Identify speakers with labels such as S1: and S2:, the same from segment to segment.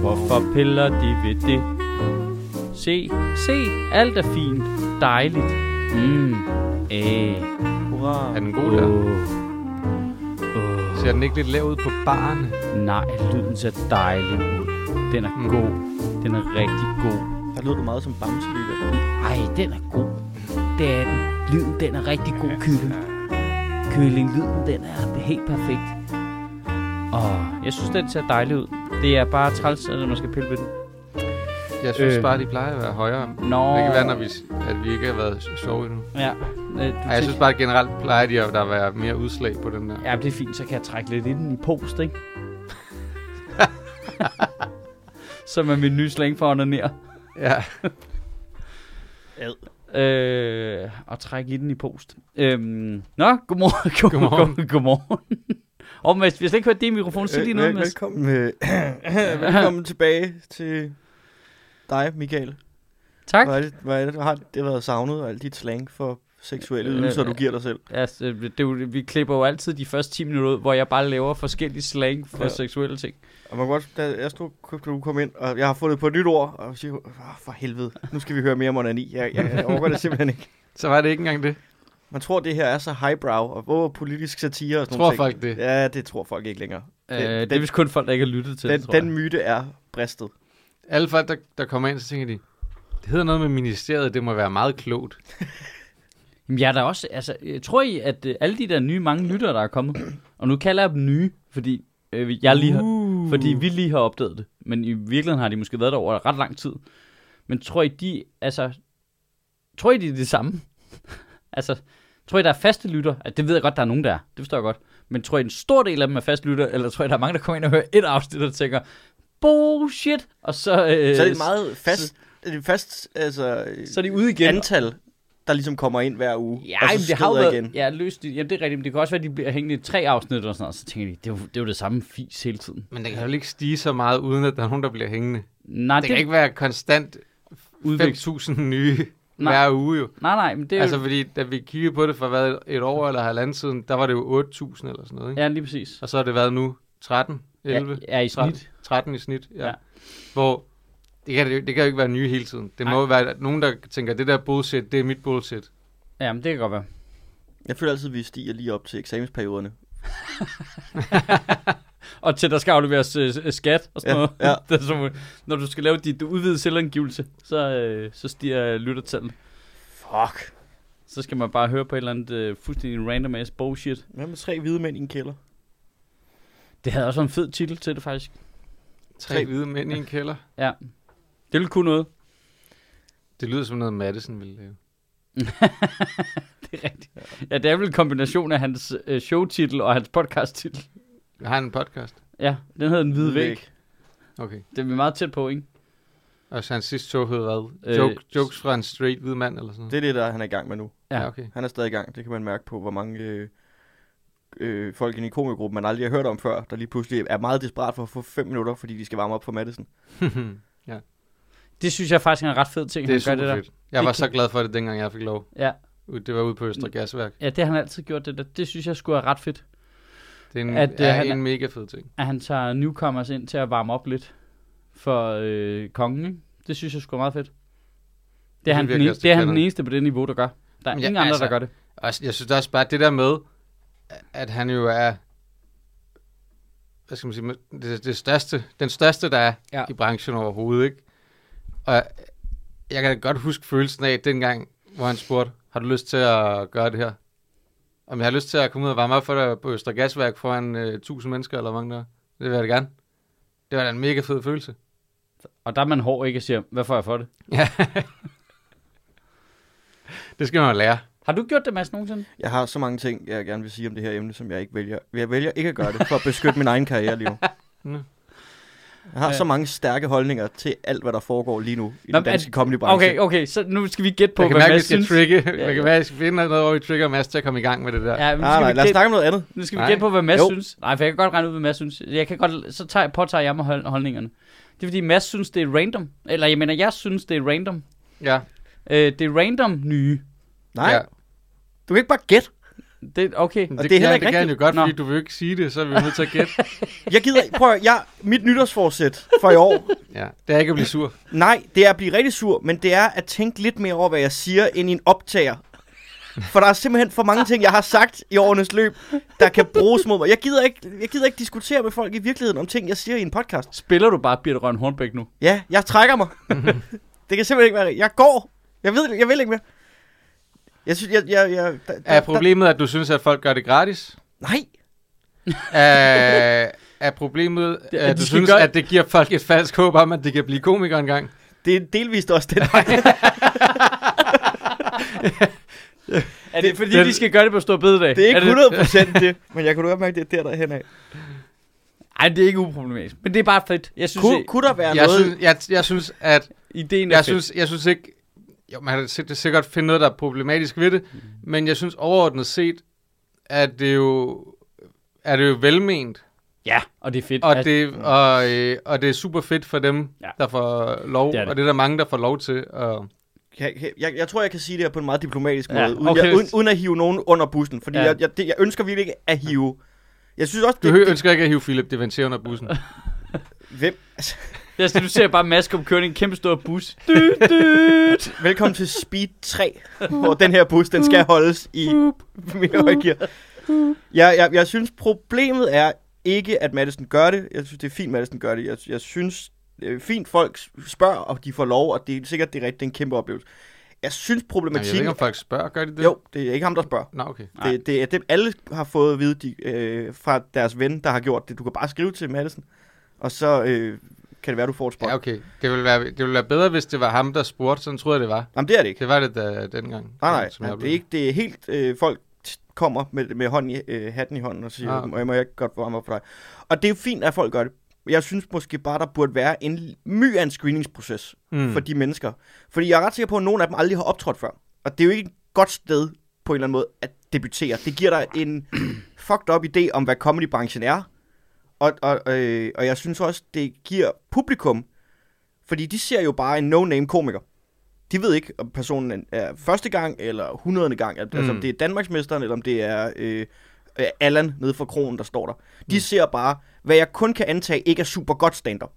S1: Hvorfor piller de ved det? Se, se, alt er fint. Dejligt. Mm. Æh.
S2: Hurra.
S3: Er den god der?
S1: Åh.
S3: Ser den ikke lidt lav ud på barne?
S1: Nej, lyden ser dejlig ud. Den er
S3: Mm.
S1: god. Den er rigtig god.
S2: Der lød du meget som Bamse lige der.
S1: Ej, den er god. Det er den. Lyden, den er rigtig god, kylling. Kylling, lyden, den er helt perfekt. Og jeg synes, den ser dejlig ud. Det er bare træls, at man skal pille ved den.
S3: Jeg synes
S1: Øh.
S3: øh. bare, de plejer at være højere.
S1: Nå.
S3: Det kan være, når vi, s- at vi ikke har været s- sjove endnu.
S1: Ja. Øh, du
S3: Ej, jeg synes bare, generelt plejer de at der være mere udslag på den der.
S1: Ja, det er fint, så kan jeg trække lidt i den i post, ikke? Som er min nye slang for onanere.
S3: Ja.
S2: Ad.
S1: Øh, og trække i den i post. Øhm, nå, godmorgen. God,
S3: Godmorgen.
S1: God, godmorgen. Og Mads, vi har slet ikke hørt det i mikrofonen. Sig lige noget,
S2: Vel-
S1: Mads.
S2: velkommen, øh, velkommen tilbage til dig, Michael.
S1: Tak.
S2: Hvor er det, hvor er det, har det været savnet, og alt dit slang for seksuelle
S1: Øh,
S2: ydelser,
S1: øh,
S2: du giver dig selv?
S1: Altså, det, er jo, vi klipper jo altid de første 10 minutter ud, hvor jeg bare laver forskellige slang for ja.
S2: Ja.
S1: seksuelle ting.
S2: Og man kan godt, da jeg stod, du kom ind, og jeg har fundet på et nyt ord, og jeg siger, oh, for helvede, nu skal vi høre mere om onani. Jeg, jeg, jeg overgår det simpelthen ikke.
S3: Så var det ikke engang det.
S2: Man tror, det her er så highbrow, og hvor politisk satire og sådan
S3: Tror
S2: nogle ting.
S3: folk det.
S2: Ja, det tror folk ikke længere.
S1: Øh,
S2: Den-
S1: det er
S2: den-
S1: vist kun folk, der ikke har lyttet til
S2: Den,
S1: det, tror
S2: den
S1: jeg.
S2: myte er bristet.
S3: Alle folk, der, der kommer ind, så tænker de, det hedder noget med ministeriet, det må være meget klogt.
S1: Jamen, jeg er da også, altså, jeg tror I, at øh, alle de der nye mange lyttere, der er kommet, og nu kalder jeg dem nye, fordi, øh, jeg lige har,
S3: Uh.
S1: fordi vi lige har opdaget det, men i virkeligheden har de måske været der over ret lang tid. Men tror I, de, altså, tror I, de er det samme? altså, tror I, der er faste lytter? Altså, det ved jeg godt, der er nogen, der er. Det forstår jeg godt. Men tror I, en stor del af dem er faste lytter, eller tror I, der er mange, der kommer ind og hører et afsnit og tænker, bullshit, og så, øh,
S2: Så er det et meget fast, et fast altså,
S1: så er de ude igen.
S2: antal, der ligesom kommer ind hver uge.
S1: Ja,
S2: og så
S1: men det har jo
S2: skrider
S1: været,
S2: igen.
S1: Ja, løst, jamen, det er rigtigt, men det kan også være, at de bliver hængende i tre afsnit eller sådan noget, så tænker de, det er, jo, det er jo det samme fis hele tiden.
S3: Men det kan jo ikke stige så meget, uden at der er nogen, der bliver hængende. Det,
S1: Nej,
S3: det kan ikke være konstant
S1: udvikling.
S3: 5.000 nye
S1: Nej.
S3: Nej. hver uge jo.
S1: Nej, nej, men det er
S3: Altså
S1: altså,
S3: fordi, da vi kiggede på det for hvad, et år eller halvandet siden, der var det jo 8.000 eller sådan noget,
S1: jo...
S3: ikke?
S1: Ja, lige præcis.
S3: Og så har det været nu 13, 11,
S1: ja, ja, i snit.
S3: 13, 13 i snit. Ja.
S1: Ja.
S3: ja. Hvor det kan, det, det kan jo ikke være nye hele tiden. Det
S1: Nej.
S3: må jo være at nogen, der tænker, det der bullshit, det er mit bullshit.
S1: Ja, men det kan godt være.
S2: Jeg føler altid, at vi stiger lige op til eksamensperioderne.
S1: Og til, der skal afleveres øh, øh, skat og sådan
S2: Ja,
S1: noget.
S2: ja.
S1: det er som, øh, når du skal lave dit udvidede selvangivelse, så, øh, så stiger øh, lyttertallet.
S2: Fuck.
S1: Så skal man bare høre på et eller andet øh, fuldstændig random ass bullshit.
S2: Hvad med tre hvide mænd i en kælder?
S1: Det havde også været en fed titel til det, faktisk.
S3: Tre,
S2: Tre.
S3: hvide mænd i en kælder.
S1: Det ville kunne noget.
S3: Det lyder som noget, Madison ville lave.
S1: Det er rigtigt. Ja, det er vel en kombination af hans øh, showtitel og hans podcasttitel.
S3: Jeg har en podcast.
S1: Ja, den hedder Den Hvide Væg.
S3: Okay.
S1: Det er vi meget tæt på, ikke?
S3: Og så hans sidste tog hed hvad?
S1: Øh,
S3: Joke, jokes fra en straight hvid mand eller sådan noget?
S2: Det er det, der han er i gang med nu.
S1: Ja.
S3: ja okay.
S2: Han er stadig i gang. Det kan man mærke på, hvor mange øh, øh, folk inde i komikgruppen, man aldrig har hørt om før, der lige pludselig er meget desperat for at få fem minutter, fordi de skal varme op for Madison.
S1: Det synes jeg faktisk er en ret fed ting,
S3: det er
S1: at han gør
S3: super
S1: det der.
S3: fedt. Jeg
S1: Det
S3: var
S1: kan-
S3: så glad for det, dengang jeg fik lov.
S1: Ja.
S3: Ud- Det var ude på Østre Gasværk.
S1: Ja, det har han altid gjort, det der. Det synes jeg skulle er ret fedt,
S3: Det er en,
S1: At,
S3: at,
S1: øh,
S3: er
S1: han-
S3: en mega fed ting.
S1: at han tager newcomers ind til at varme op lidt for øh, kongen, ikke? Det synes jeg skulle er meget fedt. Det er,
S3: Det
S1: han,
S3: virker
S1: den, en,
S3: også,
S1: det er han
S3: kender.
S1: den eneste på det niveau, der gør. Der er
S3: Men
S1: ja,
S3: jeg-
S1: ingen andre, altså,
S3: altså-
S1: der gør det.
S3: Og jeg synes også bare, det der med, at han jo er, hvad skal man sige, det, det største, den største, der er
S1: Ja.
S3: ja. i branchen overhovedet, ikke? Og jeg kan da godt huske følelsen af dengang, hvor han spurgte, har du lyst til at gøre det her? Om jeg har lyst til at komme ud og varme op for dig på Østre Gasværk foran øh, 1000 mennesker eller hvor mange der er? Det vil jeg da gerne. Det var da en mega fed følelse.
S1: Og der er man hård, ikke? Og siger, hvad får jeg for det?
S3: Ja. det skal man jo lære.
S1: Har du gjort det, Mads, nogensinde?
S2: Jeg har så mange ting, jeg gerne vil sige om det her emne, som jeg ikke vælger. Jeg vælger ikke at gøre det for at beskytte min egen karriere lige nu.
S3: Nå.
S2: Jeg har
S1: Ja.
S2: så mange stærke holdninger til alt, hvad der foregår lige nu i
S1: Øh. Nå,
S2: den
S1: men er
S2: danske
S1: det-
S2: comedybranche.
S1: Okay, okay, så nu skal vi gætte på,
S3: jeg kan
S1: hvad
S3: mærke, at vi
S1: Mads
S3: skal
S1: synes.
S3: trigge.
S2: Ja,
S3: Jeg
S2: ja.
S3: kan mærke, at vi skal finde noget, hvor vi trigger Mads til at komme i gang med det der.
S1: Ja, nu
S2: Nej,
S1: skal
S2: nej,
S1: vi
S2: lad os
S1: gætte-
S2: snakke om noget andet.
S1: Nu skal vi
S3: Nej.
S1: gætte på, hvad Mads jo.
S2: Jo.
S1: synes. Nej, for jeg kan godt regne ud, hvad Mads synes. Jeg kan godt, så tager, påtager jeg mig hold- holdningerne. Det er fordi, Mads synes, det er random. Eller jeg mener, jeg synes, det er random.
S3: ja.
S1: Øh, det er random nye.
S2: Nej,
S3: Ja.
S2: ja. du kan ikke bare gætte.
S1: Det, okay.
S3: Men
S2: Og
S3: Det,
S2: det er
S3: kan,
S2: heller ikke
S3: det kan han jo
S2: rigtigt.
S3: godt,
S1: Nå.
S3: fordi du vil jo ikke sige det, så er vi jo nødt til at gætte.
S2: Jeg gider ikke. Prøv at, høre, jeg, mit nytårsforsæt for i år,
S3: ja. Det er ikke at blive sur.
S2: nej, det er at blive rigtig sur, men det er at tænke lidt mere over, hvad jeg siger, end i en optager. For der er simpelthen for mange ting, jeg har sagt i årenes løb, der kan bruges mod mig. Jeg gider ikke, jeg gider ikke diskutere med folk i virkeligheden om ting, jeg siger i en podcast.
S1: Spiller du bare Birte Røn Hornbæk nu?
S2: Ja, jeg trækker mig. det kan simpelthen ikke være rigtigt. Jeg går. Jeg ved, jeg vil ikke mere. Jeg synes, jeg, jeg, jeg, der, der,
S3: Er problemet, at du synes, at folk gør det gratis?
S2: Der, nej,
S3: Er, er problemet,
S1: Det-
S3: det,
S1: at
S3: at
S1: de
S3: du
S1: skal
S3: synes,
S1: gøre-
S3: at det giver folk et falsk håb om, at de kan blive komikere engang?
S2: det er delvist også det. Nej.
S1: Er det, det fordi,
S3: det-
S1: de skal gøre det på stor bededag?
S2: Det er
S1: det,
S2: ikke 100% det, men jeg kunne godt mærke, det er der, der er henad.
S1: Ej, det er ikke uproblematisk. Men det er bare fedt. Jeg synes,
S2: Kunne,
S1: cool.
S2: kunne der være
S3: Jeg
S2: noget...
S3: synes, jeg, jeg synes, at
S1: ideen er
S3: jeg
S1: fedt.
S3: synes, jeg synes ikke... Jo, man kan sik- sikkert finde noget, der er problematisk ved det, men jeg synes overordnet set, at det jo er det jo velment,
S1: Ja, og det er fedt. Altså,
S3: og
S1: at-
S3: det, og, øh, og det er super fedt for dem,
S1: Ja.
S3: ja. der får lov,
S1: Det er det.
S3: og det er der mange, der får lov til. Og,
S2: Jeg, jeg, jeg tror, jeg kan sige det her på en meget diplomatisk
S1: Ja,
S2: måde, uden,
S3: okay.
S2: jeg, uden, uden at hive nogen under bussen, fordi
S1: Ja.
S2: ja. jeg, jeg, det, jeg ønsker virkelig ikke at hive... Jeg synes også,
S3: du
S2: det,
S3: hø- ønsker ikke at hive Philip Devantier under bussen.
S2: det, hvem, altså,
S1: Jeg synes, du ser bare Mads om kørende i en kæmpe stor bus. Dyt, dyt.
S2: velkommen til Speed 3, hvor den her bus, den skal holdes i min højgear. Jeg, jeg, jeg synes, problemet er ikke, at Madison gør det. Jeg synes, det er fint, Madison gør det. Jeg, jeg synes, øh, fint folk spørger, og de får lov, og det er sikkert det er rigtigt, det er en kæmpe oplevelse. Jeg synes,
S3: Jamen, jeg ved
S2: problematikken...
S3: ikke, om folk spørger, gør de det?
S2: jo, det er ikke ham, der spørger.
S3: Nå, okay.
S1: Nej.
S2: Det, det er dem, alle har fået at vide de, øh, fra deres ven, der har gjort det. Du kan bare skrive til Madison, og så øh, kan det være, du får et spot.
S3: Ja,
S2: Ja, okay.
S3: okay. Det ville, være, det ville være bedre, hvis det var ham, der spurgte. Sådan troede jeg, det var.
S2: Jamen, det er det ikke.
S3: Det var det da øh, dengang.
S2: Nej, nej,
S3: som jeg
S2: nej det, er
S3: oplevede.
S2: ikke, det er helt øh, folk t- kommer med, med hånden i, øh, hatten i hånden og siger,
S3: Ah.
S2: ah. må, jeg- må jeg ikke godt varme op for dig. Og det er jo fint, at folk gør det. Jeg synes måske bare, der burde være en my af en screeningsproces mm. for de mennesker. Fordi jeg er ret sikker på, at nogle af dem aldrig har optrådt før. Og det er jo ikke et godt sted på en eller anden måde at debutere. Det giver dig en fucked up idé om, hvad comedybranchen er. Og, og, øh, og jeg synes også, det giver publikum, fordi de ser jo bare en no-name komiker. De ved ikke, om personen er første gang eller hundredende gang. Mm. Altså, om
S3: Mm.
S2: det er Danmarksmesteren, eller om det er øh, øh, Allan nede fra kronen, der står der. De mm. ser bare, hvad jeg kun kan antage ikke er super godt stand-up.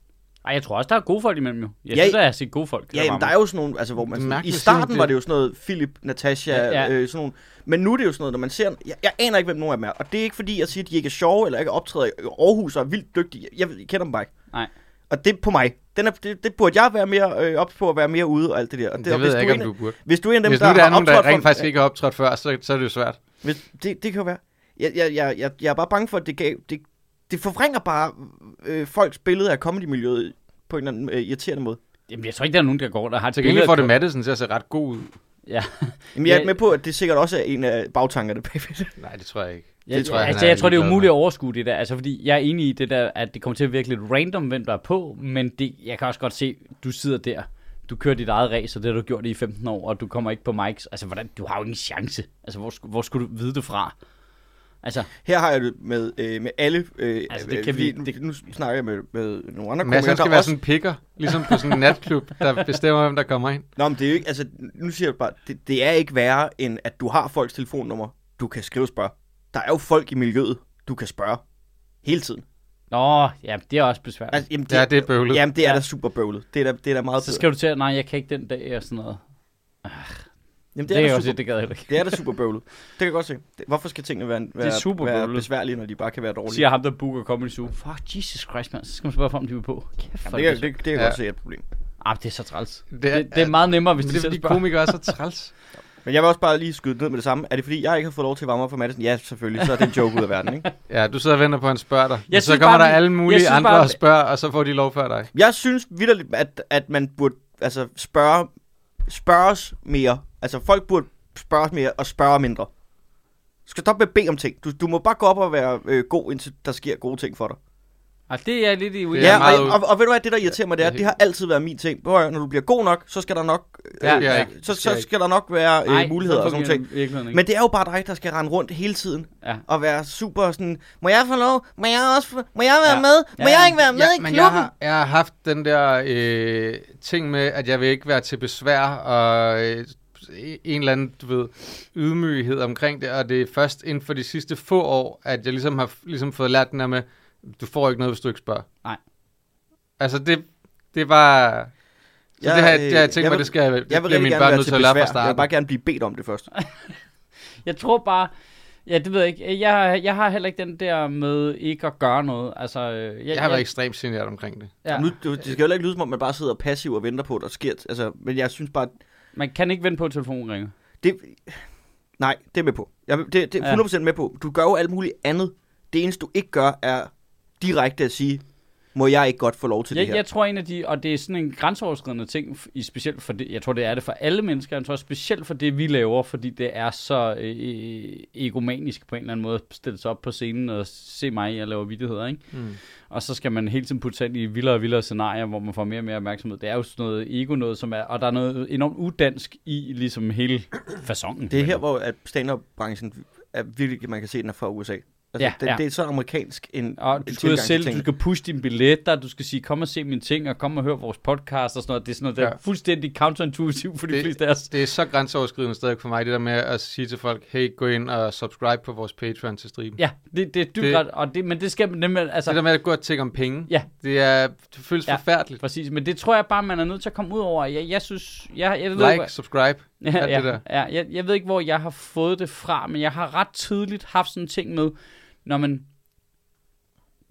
S1: Ej, jeg tror også, der er gode folk imellem jo. Jeg
S2: Ja,
S1: synes, der er set gode folk.
S2: Ja, jamen, der er jo sådan nogle, altså, hvor man
S3: Det er
S2: sådan, i
S3: mærkeligt at sige,
S2: starten
S3: det-
S2: var det jo sådan noget Philip, Natasha,
S1: Ja,
S2: ja,
S1: ja.
S2: ja. Øh, sådan nogle. Men nu er det jo sådan noget, når man ser, jeg, jeg aner ikke, hvem nogen af dem er. Og det er ikke fordi, jeg siger, at de ikke er sjove, eller ikke optræder i Aarhus og er vildt dygtige. Jeg, jeg kender dem bare ikke.
S1: Nej.
S2: Og det er på mig. Den er, det, det, burde jeg være mere øh, op på at være mere ude og alt det der. Og
S3: Det, det
S2: og
S3: ved
S2: hvis
S3: jeg ikke,
S2: er
S3: om
S2: en-
S3: du burde.
S2: Hvis du er en af dem,
S3: Hvis nu
S2: der,
S3: der er nogen, der
S2: optrådt
S3: rent
S2: for-
S3: faktisk ikke har optrådt før, så, så er det jo svært.
S2: Hvis, det, det kan jo være. Jeg, jeg, jeg, jeg, jeg er bare bange for, at det, gav, det, det forvrænger bare øh, folks billede af comedy-miljøet på en eller anden øh, irriterende måde.
S1: Jamen, jeg tror ikke, der er nogen, der går, der har et
S3: Til gengæld
S1: billede-
S3: får det Madison til at se ret god ud.
S1: Ja.
S2: Jamen, jeg
S1: Ja.
S2: er med på, at det sikkert også er en af bagtankerne bagved det.
S3: Nej, det tror jeg ikke.
S1: Jeg, det
S3: tror
S1: tror, jeg,
S3: jeg, han
S1: altså,
S3: er
S1: jeg tror, det er
S3: ligeglad
S1: umuligt
S3: med.
S1: at overskue det der. Altså, fordi jeg er enig i det der, at det kommer til at virke lidt random, hvem der er på. Men det, jeg kan også godt se, du sidder der. Du kører dit eget race, og det har du gjort i 15 år, og du kommer ikke på mics. Altså, hvordan, du har jo ingen chance. Altså, hvor, sku- hvor skulle du vide det fra? Altså,
S2: Her har jeg det med, øh, med alle... Øh,
S1: Altså, det
S2: øh,
S1: kan
S2: fordi
S1: vi-
S2: Nu,
S1: det-
S2: nu snakker jeg med, med nogle andre
S3: Mads, han
S2: der
S3: skal være
S2: også-
S3: sådan en picker, ligesom på sådan en natklub, der bestemmer, hvem der kommer ind.
S2: Nå, men det er jo ikke... Altså, nu siger jeg bare, det, det er ikke værre, end at du har folks telefonnummer, du kan skrive og spørge. Der er jo folk i miljøet, du kan spørge. Hele tiden.
S1: nå, ja, det er også besværligt.
S2: Altså, jamen,
S3: Ja, det er bøvlet.
S2: Jamen, det er
S1: Ja.
S2: da super bøvlet. Det er da, det er da meget
S1: Så
S2: bedre.
S1: skal du til at, nej, jeg kan ikke den dag, og sådan noget.
S2: Jamen,
S1: Det, det er
S2: da
S1: jo
S2: super-
S1: også det, det gad jeg ikke.
S2: Det er da super bøvlet. Det kan jeg godt se. Det, hvorfor skal tingene være, være,
S1: super
S2: være
S1: bøvlet.
S2: besværlige, når de bare kan være dårlige?
S1: Siger ham, der booker Comedy Zoo. Fuck, Jesus Christ, mand. Så skal man spørge for, om de vil på. Kæft, for
S2: Jamen, det, kan- det, det kan jeg
S3: Ja.
S2: godt se er et problem.
S1: Ah, det er så træls. Det
S3: Det
S1: er,
S3: er-
S1: det, det er meget nemmere, hvis
S3: Men
S1: de
S3: det er
S1: selv
S3: fordi
S1: spørger.
S3: komikere er så træls.
S2: Men jeg vil også bare lige skyde ned med det samme. Er det fordi, jeg ikke har fået lov til at varme op for Madison? Ja, selvfølgelig. Så er det en joke ud af verden, ikke?
S3: Ja, du sidder og venter på, at han spørger dig.
S1: Jeg
S3: Jeg
S1: synes
S3: så kommer
S1: bare,
S3: der
S1: vi-
S3: alle
S1: jeg
S3: mulige
S1: synes
S3: andre
S1: bare,
S3: og spørger, og så får de lov før dig.
S2: Jeg synes vidderligt, at, at man burde altså, spørge, spørges mere. Altså, folk burde spørge mere og spørge mindre. Du skal stoppe med at bede om ting. Du, du må bare gå op og være øh, god, indtil der sker gode ting for dig.
S1: Ah, det er lidt i
S3: Det er
S2: Ja,
S3: meget
S2: og,
S3: ud-
S2: og, og ved du hvad, det der irriterer mig, det er,
S3: Ja,
S2: at det har altid været min ting. Prøv at høre, Når du bliver god nok, så skal der nok, øh,
S3: Ja, ja, ja.
S2: så,
S3: Det skal jeg
S2: så
S3: ikke.
S2: skal der nok være øh, muligheder og sådan ting.
S1: ting.
S2: Men det er jo bare dig, der skal rende rundt hele tiden
S1: Ja.
S2: og være super sådan, må jeg få lov? Må jeg også få, må jeg være
S1: Ja.
S2: med? Må
S1: Ja.
S2: jeg ikke være med i klubben?
S3: jeg har, jeg har haft den der øh, ting med, at jeg vil ikke være til besvær, og øh, en eller anden, du ved, ydmyghed omkring det, og det er først inden for de sidste få år, at jeg ligesom har ligesom fået lært den der med, du får ikke noget, hvis du ikke spørger.
S1: Nej.
S3: Altså, det, det var... Så
S2: Jeg,
S3: det har jeg,
S2: øh,
S3: det har jeg tænkt
S2: jeg
S3: mig,
S2: vil-
S3: det skal jeg, det
S2: Jeg vil
S3: bliver
S2: rigtig
S3: mine
S2: gerne
S3: børn
S2: være
S3: nødt
S2: til
S3: til at lære fra
S2: besvær. Jeg vil
S3: starten.
S2: bare gerne blive bedt om det først.
S1: Jeg tror bare, ja, det ved jeg ikke. Jeg har, jeg har heller ikke den der med ikke at gøre noget. Altså, øh, jeg,
S3: Jeg har været ekstremt generet omkring det.
S1: ja,
S2: Nu, det, det skal jo heller ikke lyde som om, man bare sidder passiv og venter på, at der sker. t- Altså, men jeg synes bare,
S1: man kan ikke vente på, at telefonen ringer.
S2: det... Nej, det er med på. Jeg, det, det
S1: Ja.
S2: er 100% med på. Du gør jo alt muligt andet. Det eneste, du ikke gør, er direkte at sige, må jeg ikke godt få lov til det
S1: Jeg,
S2: her?
S1: jeg tror en af de, og det er sådan en grænseoverskridende ting, f- i specielt for det, jeg tror det er det for alle mennesker, jeg tror specielt for det vi laver, fordi det er så øh, egomanisk på en eller anden måde, at stille sig op på scenen og se mig, jeg laver vidtigheder, ikke?
S3: Mm.
S1: Og så skal man hele tiden putte sig ind i vildere og vildere scenarier, hvor man får mere og mere opmærksomhed. Det er jo sådan noget ego noget, som er, og der er noget enormt udansk i ligesom hele fasongen.
S2: Det er her, hvor at stand-up-branchen er virkelig, man kan se, den er fra USA. Altså,
S1: Ja,
S2: ja, den,
S1: ja.
S2: ja. det er så amerikansk en,
S1: Og
S2: en
S1: du skal ud og
S2: tilgang til
S1: sælge, du
S2: tingene.
S1: skal pushe dine billetter, du skal sige, kom og se mine ting, og kom og hør vores podcast og sådan noget. Det er sådan noget, der er
S3: Ja.
S1: fuldstændig counterintuitivt for de
S3: Det-
S1: fleste af os.
S3: Det er så grænseoverskridende stadig for mig, det der med at sige til folk, hey, gå ind og subscribe på vores Patreon til striben.
S1: Ja, det, det er dybt
S3: Det-
S1: ret, og det, men det skal man nemlig, altså,
S3: Det der med at gå og tænke om penge,
S1: Ja.
S3: det, er, det føles
S1: Ja.
S3: ja. forfærdeligt.
S1: præcis, men det tror jeg bare, man er nødt til at komme ud over. Jeg, jeg synes, jeg, jeg ved ikke,
S3: Like, subscribe.
S1: Ja,
S3: Alt
S1: ja,
S3: det der.
S1: ja jeg, jeg ved ikke, hvor jeg har fået det fra, men jeg har ret tidligt haft sådan en ting med, når man...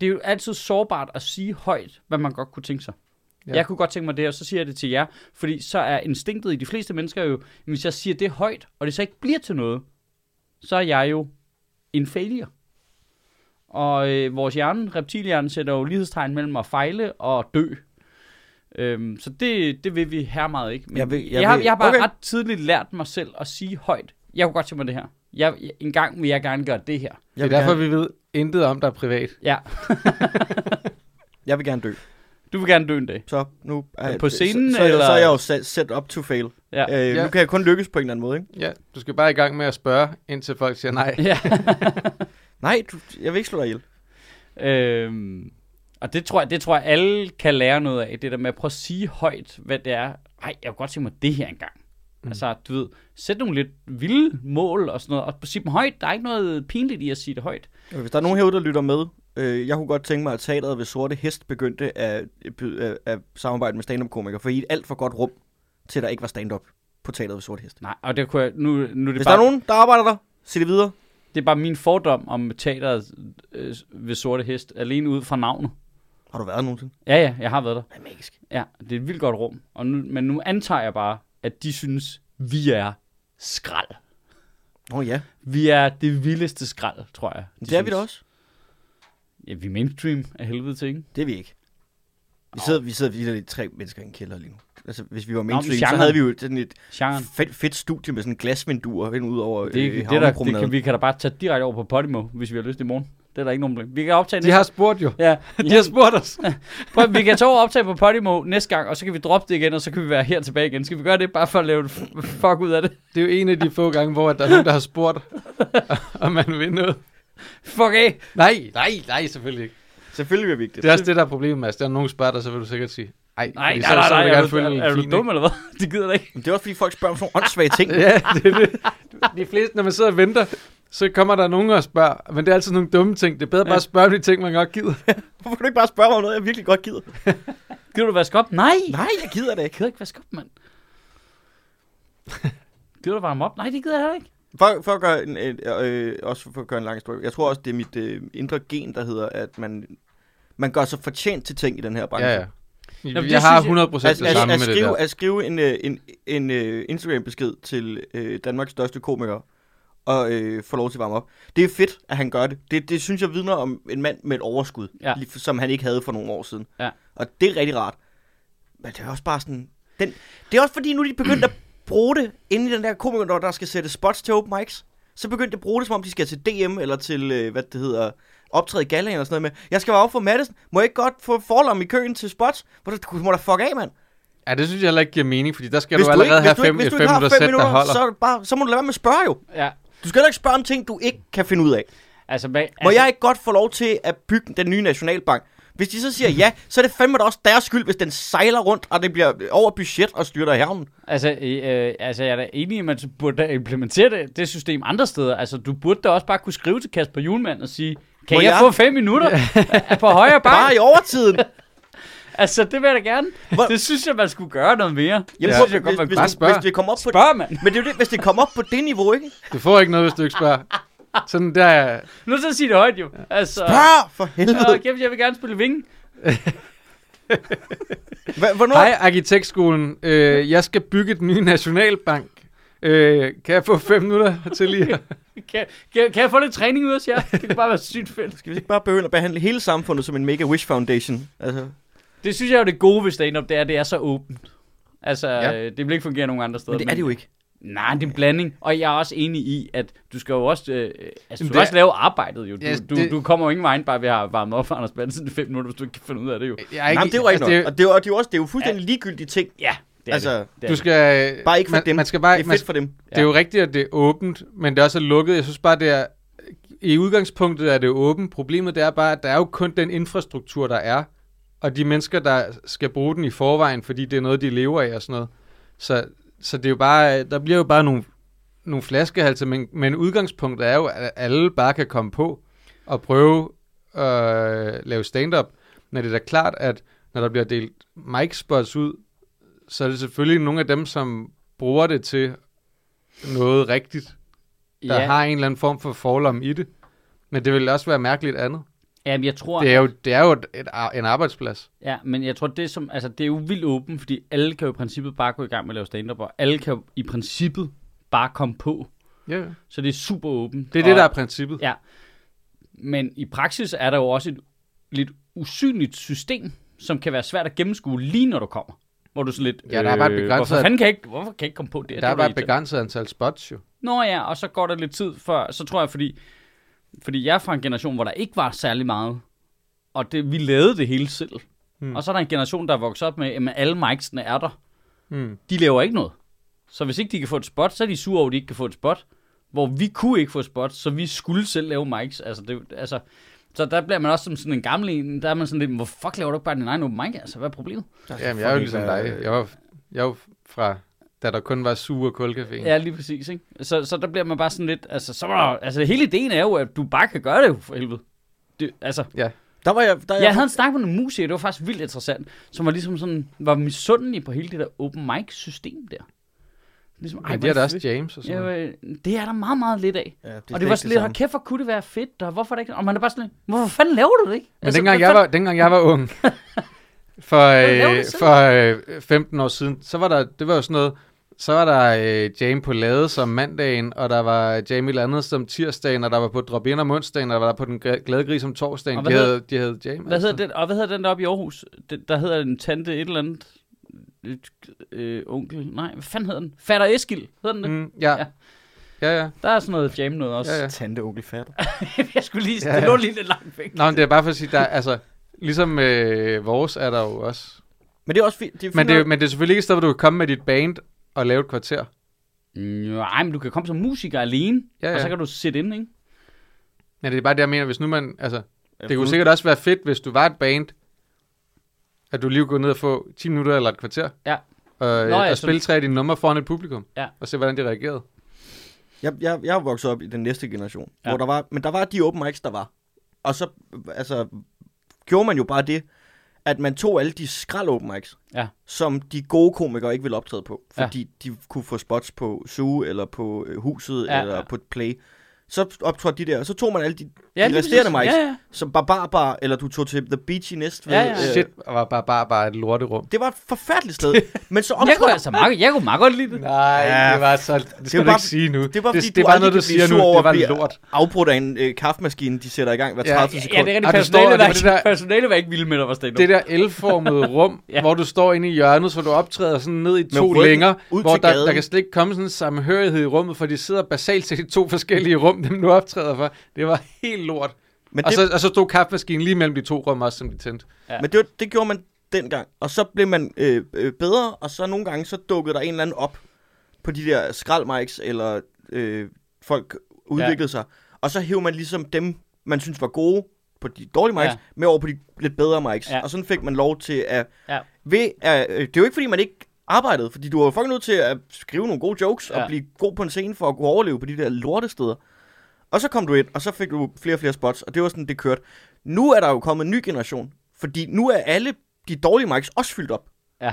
S1: Det er jo altid sårbart at sige højt, hvad man godt kunne tænke sig. Ja.
S3: Ja.
S1: Jeg kunne godt tænke mig det, og så siger jeg det til jer, fordi så er instinktet i de fleste mennesker jo, hvis jeg siger det højt, og det så ikke bliver til noget, så er jeg jo en failure. Og øh, vores hjerne, reptilhjernen, sætter jo lighedstegn mellem at fejle og dø. Øhm, så det, det vil vi her meget ikke. Men jeg,
S2: Jeg
S1: vil,
S2: vil-
S1: jeg,
S2: jeg
S1: har,
S2: vil-
S1: jeg har bare okay.
S2: okay.
S1: ret tidligt lært mig selv at sige højt, jeg kunne godt tænke mig det her. Jeg, jeg, en gang vil jeg gerne gøre det her.
S3: Det er
S2: Jeg, vil
S3: derfor,
S2: gerne,
S3: vi ved intet om, der er privat.
S1: Ja,
S2: jeg vil gerne dø.
S1: du vil gerne dø en dag.
S2: Så nu er,
S1: På scenen,
S2: så, så,
S1: eller?
S2: så er jeg jo set, set up to fail.
S1: Ja.
S2: Øh,
S3: Ja.
S2: Nu kan jeg kun lykkes på en eller anden måde, ikke?
S3: Ja, du skal bare i gang med at spørge, indtil folk siger nej.
S1: ja.
S2: Nej, du, jeg vil ikke slå dig ihjel.
S1: Øhm, og det tror, jeg, det tror jeg, alle kan lære noget af. Det der med at prøve at sige højt, hvad det er. Ej, jeg kunne godt tænke mig det her engang. Mm. Altså, du ved, sæt nogle lidt vilde mål og sådan noget, og sig dem højt. Der er ikke noget pinligt i at sige det højt.
S2: Øh, Hvis der er nogen herude, der lytter med, øh, jeg kunne godt tænke mig, at teateret ved Sorte Hest begyndte at, by- at, at samarbejde med stand-up-komikere, for I er et alt for godt rum, til der ikke var stand-up på teateret ved Sorte Hest.
S1: Nej, og det kunne jeg, nu, nu er det
S2: Hvis
S1: bare,
S2: der er nogen, der arbejder der, sig det videre.
S1: det er bare min fordom om teateret øh, ved Sorte Hest, alene ud fra navnet.
S2: Har du været nogensinde?
S1: Ja, ja, jeg har været der.
S2: Det er magisk.
S1: Ja, det er et vildt godt rum. Og nu, men nu antager jeg bare, at de synes, vi er skrald.
S2: Nå ja,
S1: Vi er det vildeste skrald, tror jeg. de
S2: det er vi
S1: synes.
S2: da også.
S1: Ja, vi er mainstream af helvede til, ikke?
S2: Det er vi ikke. Vi sidder, vi sidder videre lidt tre mennesker i en kælder lige nu. Altså, hvis vi var
S1: men
S2: mainstream, så
S1: genren.
S2: havde vi jo sådan et
S1: Genren.
S2: fedt, fedt studie med sådan glasvinduer hen ud over
S1: Det,
S2: øh,
S1: det, det, der, det kan, vi kan da bare tage direkte over på Podimo, hvis vi har lyst i morgen. Det er der ikke nogen problem. Vi kan optage
S3: De
S1: næste...
S3: har spurgt jo.
S1: Ja,
S3: De har spurgt os.
S1: prøv, vi kan tage over og optage på Podimo næste gang, og så kan vi droppe det igen, og så kan vi være her tilbage igen. Skal vi gøre det bare for at lave et f- fuck ud af det?
S3: Det er jo en af de få gange, hvor der er nogen, der har spurgt, om man vil noget.
S1: Fuck af!
S3: Nej, nej, nej, selvfølgelig ikke.
S2: Selvfølgelig er vi ikke det.
S3: Det er også det, der er problemet, Mads. Der er nogen, der spørger dig, så vil du sikkert sige, nej,
S1: Nej,
S3: fordi
S1: nej, nej,
S3: vil
S1: nej,
S3: du
S1: er,
S3: gerne
S1: du,
S3: føle
S1: er,
S3: en
S1: er du
S3: fin,
S1: dum eller hvad? Det gider jeg ikke.
S2: Men det er også fordi, folk spørger om sådan nogle åndssvage ting.
S3: ikke? Ja, det er det. De fleste, når man sidder og venter, så kommer der nogen og spørger, men det er altid nogle dumme ting. Det er bedre bare at spørge om de ting, man godt gider.
S2: Hvorfor kan du ikke bare spørge mig om noget, jeg virkelig godt gider?
S1: Gider du vaske op? Nej! Jeg
S2: Nej, jeg gider det ikke.
S1: gider ikke vaske op, mand. Gider du varme op? Nej, det gider jeg heller ikke.
S2: For, for at gøre en, en, øh, også for at gøre en lang historie. Jeg tror også, det er mit øh, indre gen, der hedder, at man, man gør sig fortjent til ting i den her branche.
S3: Ja, ja.
S1: Jamen,
S3: Jeg,
S1: det
S3: jeg har
S1: synes jeg-
S3: 100% det
S2: At, at,
S3: samme
S2: at,
S3: med det
S2: skrive,
S3: der.
S2: at skrive en, øh, en, en øh, Instagram-besked til øh, Danmarks største komiker og øh, få lov til at varme op. Det er fedt, at han gør det. det. Det synes jeg vidner om en mand med et overskud,
S1: Ja.
S2: lige- som han ikke havde for nogle år siden.
S1: Ja.
S2: Og det er rigtig rart. Men det er også bare sådan... Den, det er også fordi, nu er de begyndt at bruge det inde i den der komiker, når der skal sætte spots til open mics. Så begyndte jeg at bruge det, som om de skal til DM eller til, øh, hvad det hedder, optræde i galaen og sådan noget med. Jeg skal være op for Madison. Må jeg ikke godt få forlom i køen til spots? Hvor du du må da fuck af, mand.
S3: Ja, det synes jeg heller ikke giver mening, fordi der skal du allerede have fem, et fem minutter sæt, der holder.
S2: så, er det bare, så må du lade være med at spørge jo.
S1: Ja,
S2: Du skal heller ikke spørge om ting, du ikke kan finde ud af.
S1: altså, hvad,
S2: Må
S1: altså,
S2: jeg ikke godt få lov til at bygge den nye nationalbank? Hvis de så siger ja, så er det fandme da også deres skyld, hvis den sejler rundt, og det bliver over budget og styrter i havnen.
S1: Altså, øh, øh, altså, jeg er da enig i, at man så burde da implementere det, det system andre steder. Altså, du burde da også bare kunne skrive til Kasper Julemand og sige, kan
S2: Må
S1: jeg, jeg
S2: jeg?"
S1: få fem minutter på højre
S2: Bare
S1: bakke?
S2: i overtiden.
S1: Altså, det vil jeg da gerne.
S2: Hvor-
S1: Det synes jeg, man skulle gøre noget mere.
S2: Jamen,
S1: det
S2: prøv-
S1: synes jeg godt, man
S2: hvis,
S1: kunne.
S2: hvis,
S3: spørge.
S2: hvis, det kommer op på,
S1: Spørg, mand.
S2: men det er jo det, hvis det kommer op på det niveau, ikke?
S3: Du får ikke noget, hvis du ikke spørger. Sådan der...
S1: Nu så sige det højt, jo. Altså,
S2: Bare for helvede.
S1: øh, kæft, jeg vil gerne spille vingen.
S2: Hva- Hvornår?
S3: Hej, arkitektskolen. Øh, jeg skal bygge den nye nationalbank. Øh, kan jeg få fem minutter til lige?
S1: Kan, kan, kan jeg få lidt træning ud af jer? Det kan bare være sygt fedt.
S2: Skal vi ikke bare begynde at behandle hele samfundet som en mega wish foundation? Altså,
S1: Det synes jeg jo det gode ved stand-up, det er, at det er så åbent. Altså,
S2: Ja.
S1: ja. det vil ikke fungere nogen andre steder.
S2: men det er det jo ikke.
S1: Nej, det er en blanding. Og jeg er også enig i, at du skal jo også, øh, øh, altså,
S3: Jamen,
S1: du
S3: det
S1: skal også
S3: er-
S1: lave arbejdet. Jo. Du,
S3: Ja,
S1: du,
S3: det-
S1: du kommer jo ingen vej ind, bare ved at have varmet op for Anders Madsen i fem minutter, hvis du ikke kan finde ud af det. Jo.
S3: Jeg er
S2: Ikke, Jamen, det er jo ikke altså,
S3: det-
S2: noget. Og det er, jo- og det er jo også det er jo fuldstændig ligegyldige ting.
S1: Ja, det er
S2: Altså,
S1: det. det, er
S3: Du
S1: det.
S3: skal...
S2: Bare ikke for
S3: man,
S2: dem.
S3: Man skal bare,
S2: det er
S3: man,
S2: fedt for dem.
S3: det er jo rigtigt, at det er åbent, men det også er lukket. Jeg synes bare, det er... I udgangspunktet er det åbent. Problemet det er bare, at der er jo kun den infrastruktur, der er. Og de mennesker, der skal bruge den i forvejen, fordi det er noget, de lever af og sådan noget. Så, så det er jo bare... Der bliver jo bare nogle, nogle flaskehalse, men, men udgangspunktet er jo, at alle bare kan komme på og prøve at øh, lave stand-up. Men det er da klart, at når der bliver delt mic-spots ud, så er det selvfølgelig nogle af dem, som bruger det til noget rigtigt, der
S1: Ja,
S3: har en eller anden form for forlom i det. Men det vil også være mærkeligt andet.
S1: jamen, jeg tror,
S3: Det er jo, det er jo et, et, ar- en arbejdsplads.
S1: Ja, men jeg tror, det, som, altså, det er jo vildt åbent, fordi alle kan jo i princippet bare gå i gang med at lave stand-up, og alle kan jo i princippet bare komme på.
S3: Ja, yeah.
S1: Så det er super åbent.
S3: Det er
S1: og,
S3: det, der er princippet.
S1: Ja. Men i praksis er der jo også et lidt usynligt system, som kan være svært at gennemskue lige når du kommer. Hvor du så lidt, øh,
S3: Ja, der er bare et begrænset-
S1: Hvorfor, fanden kan jeg ikke, hvorfor kan jeg ikke komme på det? her?
S3: Der er
S1: Det
S3: bare
S1: var
S3: et
S1: irriterende."
S3: begrænset antal spots jo.
S1: Nå ja, og så går der lidt tid før, så tror jeg, fordi, fordi jeg er fra en generation, hvor der ikke var særlig meget, og det, vi lavede det hele selv.
S3: Hmm.
S1: Hmm. Og så er der en generation, der er vokset op med, at alle micsene er der.
S3: Mm.
S1: De laver ikke noget. Så hvis ikke de kan få et spot, så er de sure over, at de ikke kan få et spot. Hvor vi kunne ikke få et spot, så vi skulle selv lave mics. Altså, det, altså, så der bliver man også som sådan en gammel en, der er man sådan lidt, hvor fuck laver du ikke bare din egen open mic? Altså, hvad er problemet?
S3: Jamen, jeg er jo ligesom dig. Jeg var, jeg var fra, da der kun var sure kulcafé.
S1: Ja, lige præcis, ikke? Så, så der bliver man bare sådan lidt, altså, så var der, altså, hele ideen er jo, at du bare kan gøre det jo, for helvede. Det, altså,
S2: Der var jeg, der
S1: jeg
S2: jeg,
S1: havde en snak med nogle musikere, det var faktisk vildt interessant, som var ligesom sådan, var misundelig på hele det der open mic-system der. Ligesom,
S3: Men
S1: hvor
S3: det er der
S1: fedt.
S3: også James og sådan noget.
S1: Ja, øh, det er der meget, meget lidt af.
S2: Ja, det er
S1: og
S2: slet
S1: det
S2: ikke
S1: var
S2: det
S1: sådan lidt, hold
S2: samme.
S1: kæft, hvor kunne det være fedt, og hvorfor er det ikke? Og man er bare sådan lidt, hvorfor fanden laver du det ikke?
S3: Men altså, dengang, jeg
S1: hvad
S3: var, dengang jeg var ung, for,
S1: laver
S3: øh,
S1: det selv.
S3: for øh, 15 år siden, så var der, det var jo sådan noget, så var der øh, jam på lade som mandagen, og der var jam i landet som tirsdagen, og der var på drop in om onsdagen, og der var på den gr- glade gris om torsdagen.
S1: Og
S3: De
S1: hvad
S3: havde, de havde altså. jam.
S1: Hvad hedder den, og hvad hedder den der oppe i Aarhus? Den, der hedder en tante et eller andet. Øh, øh, onkel, nej, hvad fanden hedder den? Fatter Eskil, hedder den det? Mm.
S3: Mm, ja.
S1: Ja.
S3: ja. Ja, ja.
S1: Der er sådan noget jam noget også.
S3: Ja, ja.
S2: Tante onkel fatter.
S1: jeg skulle lige,
S3: Ja,
S1: det
S3: ja.
S1: lå lige lidt langt væk.
S3: Nå, men det er bare for at sige, der, er- altså, ligesom øh, vores er der jo også.
S2: Men det er også fint. Det er
S3: Men
S2: fint
S3: det, er-
S2: nok.
S3: men det er selvfølgelig ikke et sted, hvor du kan komme med dit band og lave et kvarter.
S1: Nej, men du kan komme som musiker alene,
S3: Ja,
S1: ja, ja. og
S3: ja.
S1: så kan du sætte ind, ikke?
S3: Men det er bare det, jeg mener, hvis nu man, altså, Det kunne
S2: Absolut.
S3: sikkert også være fedt, hvis du var et band, at du lige kunne ned og få 10 minutter eller et kvarter.
S1: Ja.
S3: Og,
S1: Nå,
S3: Nå,
S1: ja,
S3: og
S1: så-
S3: spille tre af dine numre foran et publikum.
S1: Ja.
S3: Og se, hvordan de reagerede.
S2: Jeg, jeg, jeg er vokset op i den næste generation,
S1: Ja.
S2: ja. hvor der var, men der var de open mics, der var. Og så altså, gjorde man jo bare det, at man tog alle de skrald open mics,
S1: Ja.
S2: som de gode komikere ikke ville optræde på,
S1: Ja.
S2: fordi ja. de kunne få spots på Zoo, eller på øh, Huset,
S1: Ja,
S2: ja, eller
S1: ja.
S2: ja. på Play. Så optrådte de der, og så tog man alle de Ja, de
S1: lige
S2: resterende
S1: præcis.
S2: mics, ja,
S1: Ja,
S2: ja.
S1: ja.
S2: som Barbarbar, eller du tog til The Beach i Næstved.
S1: Ja, ja.
S2: øh,
S3: Shit, var bare, bare, bare et lorterum.
S2: Det var et forfærdeligt sted. men så
S1: Jeg kunne
S2: omtryk,
S1: altså meget, jeg kunne meget godt lide det.
S3: Nej,
S2: Ja.
S3: det var så... Det skal
S2: var
S3: du
S2: bare-
S3: ikke sige nu.
S2: det var fordi,
S3: det
S2: du
S3: er bare
S2: aldrig
S3: noget, du
S2: kan blive
S3: siger nu.
S2: sur over
S3: Det var
S2: at blive
S3: lort.
S2: afbrudt af en øh, kaffemaskine, de sætter i gang hver
S3: Ja,
S2: 30
S3: ja,
S1: Ja,
S2: sekunder.
S1: det er
S3: Og
S1: rigtigt.
S3: du
S1: Personalet,
S3: står-
S1: står,
S3: og
S1: var,
S3: det var det
S1: ikke,
S3: der-
S1: personalet var ikke vilde med, at der var stand
S3: Det der L-formede rum,
S1: Ja.
S3: ja. hvor du står inde i hjørnet, så du optræder sådan ned i
S2: Med
S3: to
S2: ryggen
S3: længer,
S2: ud
S3: hvor
S2: til gaden.
S3: der, der kan slet ikke komme sådan en samhørighed i rummet, for de sidder basalt set i to forskellige rum, dem du optræder for. Det var helt lort.
S2: Men
S3: Og
S2: det,
S3: så, og så stod kaffemaskinen lige mellem de to rum også, som de tændte.
S1: Ja.
S2: men det, var- det gjorde man dengang. Og så blev man øh, øh, bedre, og så nogle gange så dukkede der en eller anden op på de der skraldmics, eller øh, folk udviklede ja. sig. Og så hævde man ligesom dem, man synes var gode på de dårlige mics,
S1: Ja.
S2: ja. med over på de lidt bedre mics.
S1: Ja.
S2: Ja. Og sådan fik man lov til at...
S1: Ja.
S2: Ved, at øh, det er jo ikke, fordi man ikke arbejdede, fordi du var jo fucking nødt til at skrive nogle gode jokes, ja.
S1: Ja.
S2: og blive god på en scene for at kunne overleve på de der lortesteder. Og så kom du ind, og så fik du flere og flere spots, og det var sådan, det kørte. Nu er der jo kommet en ny generation, fordi nu er alle de dårlige mics også fyldt op.
S1: Ja.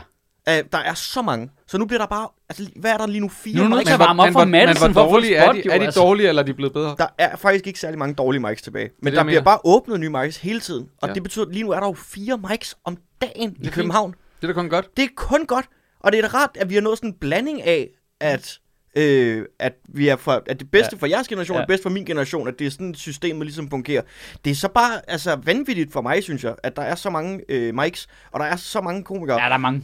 S2: Uh, der er så mange. Så nu bliver der bare... Altså, hvad er der lige nu? Fire
S1: Nu er der
S2: mics?
S1: ikke så varme op for Madsen for at få
S3: dårlige er
S1: spot,
S3: de?
S1: jo,
S3: Er de
S1: altså.
S3: dårlige, eller er de blevet bedre?
S2: Der er faktisk ikke særlig mange dårlige mics tilbage.
S3: det,
S2: Men det, der
S3: jeg
S2: bliver
S3: mener.
S2: bare åbnet nye mics hele tiden. Og ja.
S3: Ja.
S2: det betyder, at lige nu er der jo fire mics om dagen i
S3: fint.
S2: København.
S3: Det er da kun godt.
S2: Det er kun godt. Og det er da rart, at vi har nået sådan en blanding af, at, øh, at, vi er for, at det bedste ja. for jeres generation ja.
S1: Ja.
S2: er bedst for min generation, at det er sådan, systemet ligesom fungerer. Det er så bare altså, vanvittigt for mig, synes jeg, at der er så mange øh, mics, og der er så mange komikere,
S1: Ja,
S2: ja.
S1: der er mange.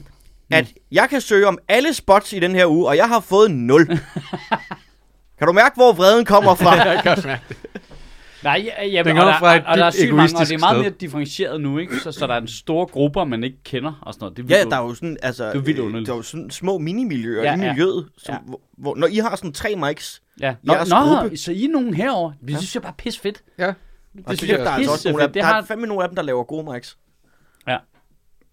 S2: at jeg kan søge om alle spots i den her uge, og jeg har fået 0. kan du mærke, hvor vreden kommer fra?
S3: Jeg kan godt mærke det.
S1: Nej, ja, ja,
S3: Den
S1: men- og,
S3: kommer
S1: der,
S3: fra et
S1: og, og der er
S3: dybt
S1: sygt mange, og det er
S3: egoistisk
S1: meget
S3: sted.
S1: mere differentieret nu, ikke? Så, så der er en store grupper, man ikke kender og sådan noget. Det er
S2: Ja,
S1: vildt
S2: der er jo sådan, altså,
S1: er vildt
S2: øh,
S1: underligt.
S2: der er jo sådan små minimiljøer
S1: Ja,
S2: ja, i
S1: ja.
S2: miljøet,
S1: Ja.
S2: som, ja. hvor, hvor, når I har sådan tre mics,
S1: Ja. Nå,
S2: jeres
S1: nå
S2: gruppe.
S1: så I er nogen herover. Det synes jeg bare er pis fedt.
S3: Ja.
S2: og
S3: Det
S2: så
S3: synes
S2: kæft,
S3: jeg
S2: der er altså også
S1: pisse
S2: nogle af,
S1: fedt. Det
S2: der har...
S1: har-
S2: er fandme nogle af dem, der laver gode mics.
S1: Ja.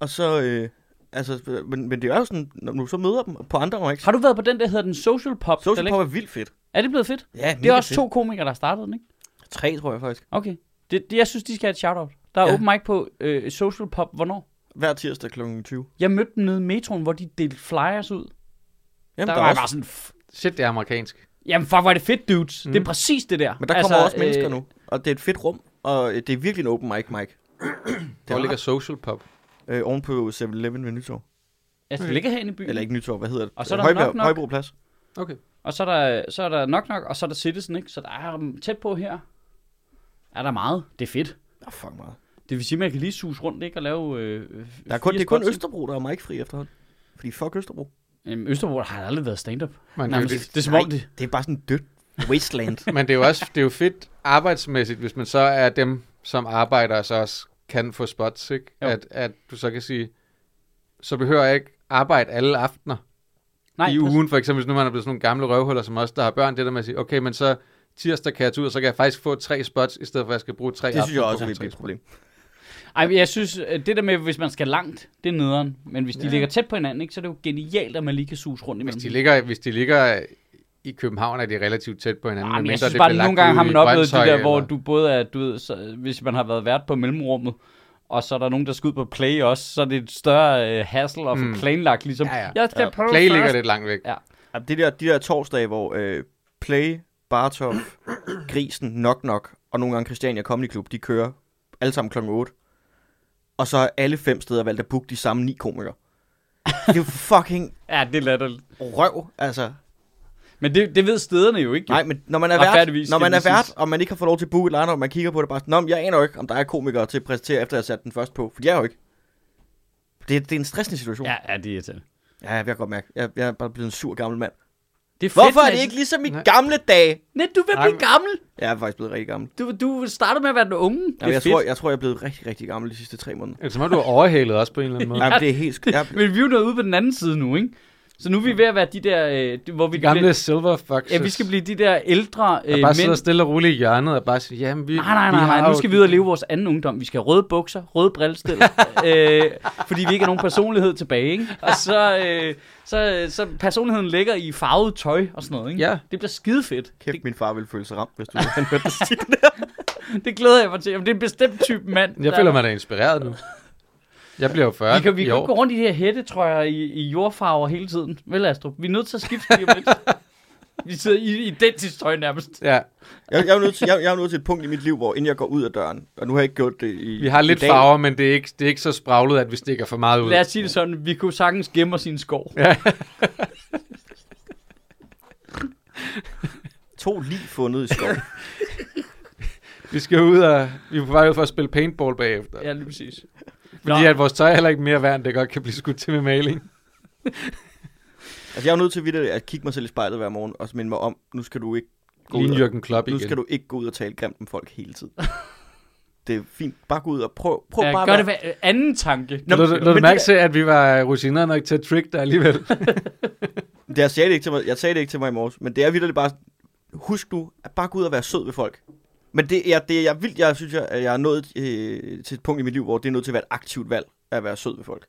S2: Og så, øh, altså, men, men det er jo sådan, når du så møder dem på andre mics,
S1: Har du været på den, der hedder den Social Pop?
S2: Social
S1: der
S2: Pop er vildt fedt.
S1: ligger- Er det blevet fedt?
S2: Ja,
S1: Det er
S2: mega
S1: også
S2: fedt.
S1: to komikere, der startede den, ikke?
S2: Tre, tror jeg faktisk.
S1: Okay. Det, det, jeg synes, de skal have et shout-out. Der er ja.
S2: Ja.
S1: open mic på øh, Social Pop. Hvornår?
S2: Hver tirsdag kl. 20.
S1: Jeg mødte dem nede i metroen, hvor de delte flyers ud.
S2: Jamen,
S1: Der,
S2: der,
S1: der var
S2: der er
S1: jeg
S2: også,
S1: bare sådan, "F-
S3: Shit, det er amerikansk.
S1: jamen fuck, hvor er det fedt, dudes. Mm. Det er præcis det der. Altså, øh,
S2: men der kommer også mennesker nu, og det er et fedt rum, og øh, det er virkelig en open mic, Mike.
S3: Hvor ligger social pop?
S2: Øh, oven på 7-Eleven ved Nytorv.
S1: Altså, det ligger herinde i byen.
S2: Eller ikke Nytorv, hvad hedder det?
S1: Og så er der
S2: Øh, Højbjerg-
S1: Nok Nok.
S2: Højbro Plads.
S3: Okay.
S1: Og så er, der, så er der nok nok, og så er der Citizen, ikke? Så der er um, tæt på her. Er der meget? Det er fedt.
S2: Ah, fuck meget.
S1: Det vil sige, at man kan lige sus rundt, ikke? Og lave... Øh, øh,
S2: Der er kun,
S1: fire
S2: det er kun
S1: spots, ikke?
S2: Østerbro, der er mic-fri efterhånden. Fordi fuck Østerbro.
S1: Jamen, Østerbro har aldrig været stand-up.
S3: Men
S1: Nej,
S3: det, er
S1: men
S3: jo
S1: det,
S3: det,
S1: det, er som om det...
S2: Det er bare sådan dødt wasteland.
S3: men det er jo også det er jo fedt arbejdsmæssigt, hvis man så er dem, som arbejder, så også kan få spots, ikke?
S1: Jo.
S3: At, at du så kan sige, så behøver jeg ikke arbejde alle aftener
S1: Nej,
S3: i ugen. For eksempel, hvis nu man er blevet sådan nogle gamle røvhuller som os, der har børn, det der med at sige, okay, men så tirsdag kan jeg tage ud, og så kan jeg faktisk få tre spots, i stedet for at jeg skal bruge tre
S2: det synes
S3: aftener
S2: jeg
S3: på
S2: også er
S3: at
S2: et
S3: få tre
S2: vigtigt problem.
S1: Ej, men jeg synes, at det der med, hvis man skal langt, det er nederen. Men hvis de ja.
S3: Ja.
S1: ligger tæt på hinanden, ikke, så er det jo genialt, at man lige kan sus rundt imellem.
S3: Hvis de ligger, hvis de ligger i København, er de relativt tæt på hinanden.
S1: Ej, Ah, men
S3: medmindre
S1: jeg synes
S3: det
S1: bare,
S3: bliver
S1: nogle
S3: lagt
S1: gange
S3: ud
S1: har
S3: i
S1: man oplevet det
S3: Brønshøj
S1: der, hvor
S3: eller-
S1: du både er, du ved, så, hvis man har været vært på mellemrummet, og så er der nogen, der skal ud på play også, så er det et større øh, hassle at få
S3: Mm.
S1: planlagt, ligesom,
S3: Ja, ja.
S1: jeg skal ja. prøve
S3: Play
S1: først."
S3: ligger lidt langt væk.
S2: Ja, det der, de der torsdage, hvor øh, Play, Bartov, Grisen, Nok Nok og nogle gange Christiania Comedy Club, de kører alle sammen kl. 8. Og så er alle fem steder valgt at booke de samme ni komikere. Det er jo fucking
S1: Ja, det er latterligt.
S2: røv, altså.
S1: Men det, det ved stederne jo ikke. jo.
S2: Nej, men når man er
S1: Retfærdigvis
S2: vært, når
S1: skal
S2: man
S1: det
S2: er vært,
S1: siges.
S2: og man ikke har fået lov til at booke et line og man kigger på det bare sådan, Nå, men jeg aner jo ikke, om der er komikere til at præsentere, efter jeg har sat den først på, for jeg er jo ikke. Det, det er en stressende situation.
S1: Ja, ja, det er irriterende.
S2: Ja, jeg kan godt mærke. Jeg, jeg er bare blevet en sur gammel mand.
S1: Det er fedt,
S2: Hvorfor er det
S1: Mads.
S2: ikke ligesom i
S3: Nej.
S2: gamle dage?
S1: Nej, du vil
S3: Nej,
S1: blive
S3: men-
S1: gammel.
S2: Jeg er faktisk blevet rigtig gammel.
S1: Du, du startede med at være den unge. Det er
S2: Jamen, jeg,
S1: fedt.
S2: tror, jeg tror, jeg er blevet rigtig, rigtig gammel de sidste tre måneder.
S3: Det er som om, du har overhalet også på en eller anden måde.
S2: Nej, men det er helt... sk- Jeg, er ble-
S1: Men vi er jo nået ude på den anden side nu, ikke? Så nu er vi ved at være de der, øh, d- hvor vi
S3: De
S1: kan
S3: gamle
S1: Blive,
S3: silver foxes.
S1: ja, vi skal blive de der ældre øh,
S3: Der
S1: mænd.
S3: bare sidder stille og roligt i hjørnet og bare siger, jamen vi...
S1: Nej, nej,
S3: vi
S1: nej,
S3: har
S1: nej. Nu
S3: jo-
S1: skal vi ud og leve vores anden ungdom. Vi skal have røde bukser, røde brillestil, øh, fordi vi ikke har nogen personlighed tilbage, ikke? Og så, øh, så, så personligheden ligger i farvet tøj og sådan noget, ikke?
S3: Ja.
S1: Det bliver skide fedt.
S2: kæft, min far ville føle sig ramt, hvis du han hørte det sige.
S1: Det glæder jeg mig til. Jamen, det er en bestemt type mand.
S3: Jeg føler mig da inspireret nu. Jeg bliver jo 40
S1: Vi kan, vi
S3: i
S1: kan ikke gå
S3: år.
S1: rundt i de her hættetrøjer i, i jordfarver hele tiden. Vel, Astrup? Vi er nødt til at skifte lige om lidt. De sidder i identisk tøj nærmest.
S3: Ja,
S2: Jeg, jeg, er jo nødt til, jeg, jeg er jo nødt til et punkt i mit liv, hvor inden jeg går ud af døren, og nu har jeg ikke gjort det i
S3: vi har lidt
S2: i dag,
S3: farver, men det er, ikke, det er ikke så spraglet, at vi stikker for meget ud.
S1: Lad os sige det sådan, vi kunne sagtens gemme os i en skov.
S2: To lige fundet i skov.
S3: Vi skal ud og... Vi er på vej ud for at spille paintball bagefter.
S1: Ja, lige præcis.
S3: Fordi
S1: Nå.
S3: at vores tøj er heller ikke mere værd, end det godt kan blive skudt til med maling.
S2: altså, jeg er jo nødt til videre at kigge mig selv i spejlet hver morgen, og så minde mig om, nu skal du ikke gå ud
S3: Lige
S2: og,
S3: Jørgen Klopp igen.
S2: nu skal du ikke gå ud og tale grimt om folk hele tiden. det er fint. Bare gå ud og prøv, prøv
S1: Ja,
S2: bare
S1: gør
S2: at
S1: det
S2: være-
S1: hver anden tanke.
S2: Nå,
S3: Lå, du-
S2: men
S3: lå du
S2: det
S3: mærke
S2: der-
S3: til, at vi var rusiner nok til at trick dig alligevel?
S2: Det, jeg, sagde det ikke til mig, jeg sagde det ikke til mig i morges, men det er vildt bare, husk nu, at bare gå ud og være sød ved folk. Men det er, det er jeg vildt, jeg synes, jeg, at jeg er nået øh, til et punkt i mit liv, hvor det er nødt til at være et aktivt valg at være sød ved folk.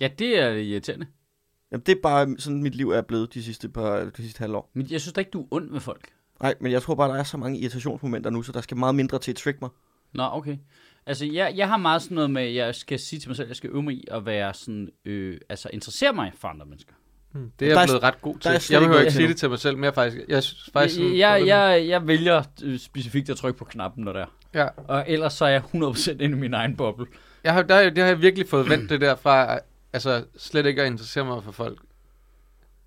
S1: Ja, det er irriterende.
S2: Jamen, det er bare sådan, mit liv er blevet de sidste, par, de sidste halvår.
S1: Men jeg synes da ikke, du er ond ved folk.
S2: Nej, men jeg tror bare, der er så mange irritationsmomenter nu, så der skal meget mindre til at trick mig.
S1: Nå, okay. Altså, jeg, jeg har meget sådan noget med, at jeg skal sige til mig selv, at jeg skal øve mig i at være sådan, øh, altså interessere mig for andre mennesker.
S3: Det er
S2: Hmm. Der er-
S3: jeg blevet ret god til.
S2: er slet
S3: Jeg
S2: ikke
S3: behøver
S2: noget
S3: ikke sige
S2: endnu.
S3: det til mig selv mere, faktisk. Jeg synes faktisk...
S1: Jeg, jeg,
S3: sådan-
S1: jeg, jeg vælger øh, specifikt at trykke på knappen, når der.
S3: Ja.
S1: Og ellers så er jeg 100% inde i min egen boble.
S3: Jeg har, der, det har jeg virkelig fået vendt det der fra, altså slet ikke at interessere mig for folk.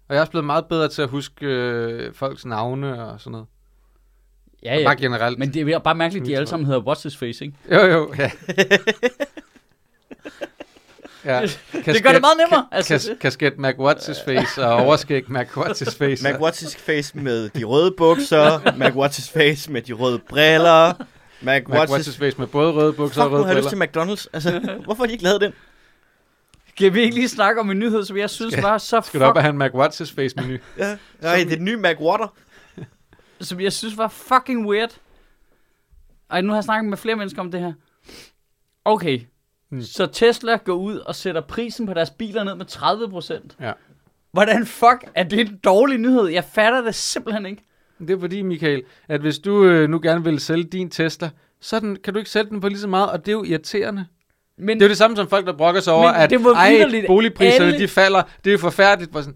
S3: Og jeg er også blevet meget bedre til at huske øh, folks navne og sådan noget.
S1: Ja,
S3: Og
S1: ja.
S3: bare generelt.
S1: Men det er bare mærkeligt, at de alle sammen hedder What's His Face, ikke?
S3: Jo, jo, ja. ja.
S1: det gør det meget nemmere.
S3: Altså,
S1: Altså,
S3: kas, kasket Mac What's His Face og overskæg Mac What's His Face.
S2: Mac What's his face med de røde bukser, Mac What's his face med de røde briller, Mac
S3: Mac
S2: What's
S3: What's
S2: his...
S3: His Face med både røde bukser
S2: Fuck,
S3: og
S2: nu
S3: røde
S2: har jeg lyst
S3: briller.
S2: til McDonald's. Altså, hvorfor har de ikke lavet den?
S1: kan vi ikke lige snakke om en nyhed, som jeg synes var så
S3: Skal du op og
S1: fuck,
S3: have en Mac What's His Face menu?
S2: Ja. Nej, det er den nye Mac Water.
S1: som jeg synes var fucking weird? Ej, nu har jeg snakket med flere mennesker om det her. Okay,
S3: Mm.
S1: så Tesla går ud og sætter prisen på deres biler ned med 30%.
S3: Ja.
S1: Hvordan fuck er det en dårlig nyhed? Jeg fatter det simpelthen ikke.
S3: Det er fordi, Michael, at hvis du øh, nu gerne vil sælge din Tesla, så er den, kan du ikke sælge den på lige så meget, og det er jo irriterende.
S1: Men
S3: Det er jo det samme som folk, der brokker sig over,
S1: Men
S3: at
S1: det var
S3: ej,
S1: vitterligt
S3: boligpriserne
S1: alle-
S3: de falder. Det er jo forfærdeligt. Hvor Sådan,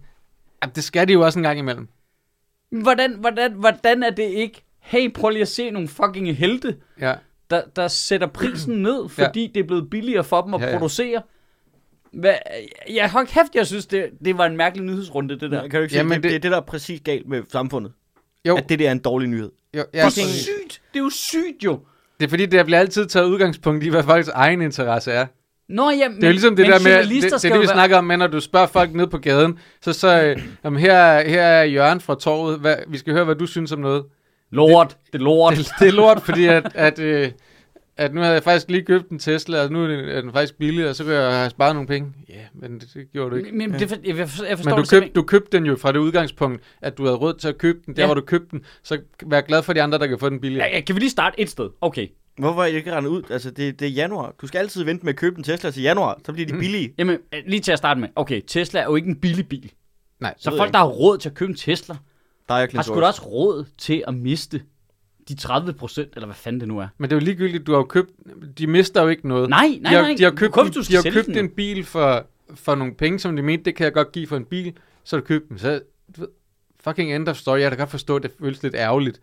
S3: jamen, det skal de jo også en gang imellem.
S1: hvordan, hvordan, hvordan er det ikke? Hey, prøv lige at se nogle fucking helte,
S3: Ja.
S1: der, der sætter prisen ned, fordi det er blevet billigere for dem at
S3: Ja,
S1: ja,
S3: ja.
S1: ja. producere. Hvad, jeg har kæft, jeg synes, det, det var en mærkelig nyhedsrunde, det der.
S2: Kan du ikke sige,
S3: Jamen,
S2: Jamen, det,
S3: det-
S2: det, det er det, der er præcis galt med samfundet.
S3: Jo,
S2: At det der er en dårlig nyhed.
S3: jo
S1: Det
S3: ja,
S1: er
S2: fucking-
S3: præcis.
S1: sygt. Det er jo sygt, jo.
S3: det er fordi, der bliver altid taget udgangspunkt i, hvad folks egen interesse er.
S1: Nå, ja, men,
S3: Det er jo ligesom det
S1: men
S3: der med, det,
S1: journalister
S3: det,
S1: skal
S3: er det,
S1: jo
S3: vi
S1: være-
S3: snakker om, men når du spørger folk ned på gaden, så så, øh, jamen, her, er- her er Jørgen fra Torvet, hvad, vi skal høre, hvad du synes om noget.
S1: Lort, det, er lort.
S3: Det, det er lort, fordi at, at, øh, at nu havde jeg faktisk lige købt en Tesla, og nu er den, er den faktisk billig, og så kunne jeg have sparet nogle penge. Ja, yeah, men det, det gjorde du ikke.
S1: Men, men det, for- jeg, jeg forstår det
S3: Men du
S1: simpelthen
S3: købte, du købte den jo fra det udgangspunkt, at du havde råd til at købe den, der
S1: Ja.
S3: hvor du købte den, så vær glad for de andre, der kan få den billigere.
S1: Ja, ja, kan vi lige starte et sted? Okay.
S2: Hvorfor er det ikke rendet ud? Altså, det, det er januar. Du skal altid vente med at købe en Tesla til januar. Så bliver de billige.
S1: Jamen, øh, lige til at starte med. Okay, Tesla er jo ikke en billig bil.
S3: Nej,
S1: Så
S2: ved jeg
S1: folk,
S2: ikke.
S1: der har råd til at købe en Tesla,
S2: Der er jeg
S1: har
S2: Clint
S1: sgu da også råd til at miste de 30 procent, eller hvad fanden det nu er.
S3: Men det er jo ligegyldigt, du har jo købt, de mister jo ikke noget.
S1: Nej, nej,
S3: de har,
S1: nej.
S3: De har
S1: Du
S3: købt,
S1: køber,
S3: en-
S1: du skal
S3: de har
S1: sælge
S3: købt
S1: den.
S3: en bil for, for nogle penge, som de mente, det kan jeg godt give for en bil, så har du købt den. Så, du ved, fucking end of story, jeg kan da godt forstå, at det føles lidt ærgerligt.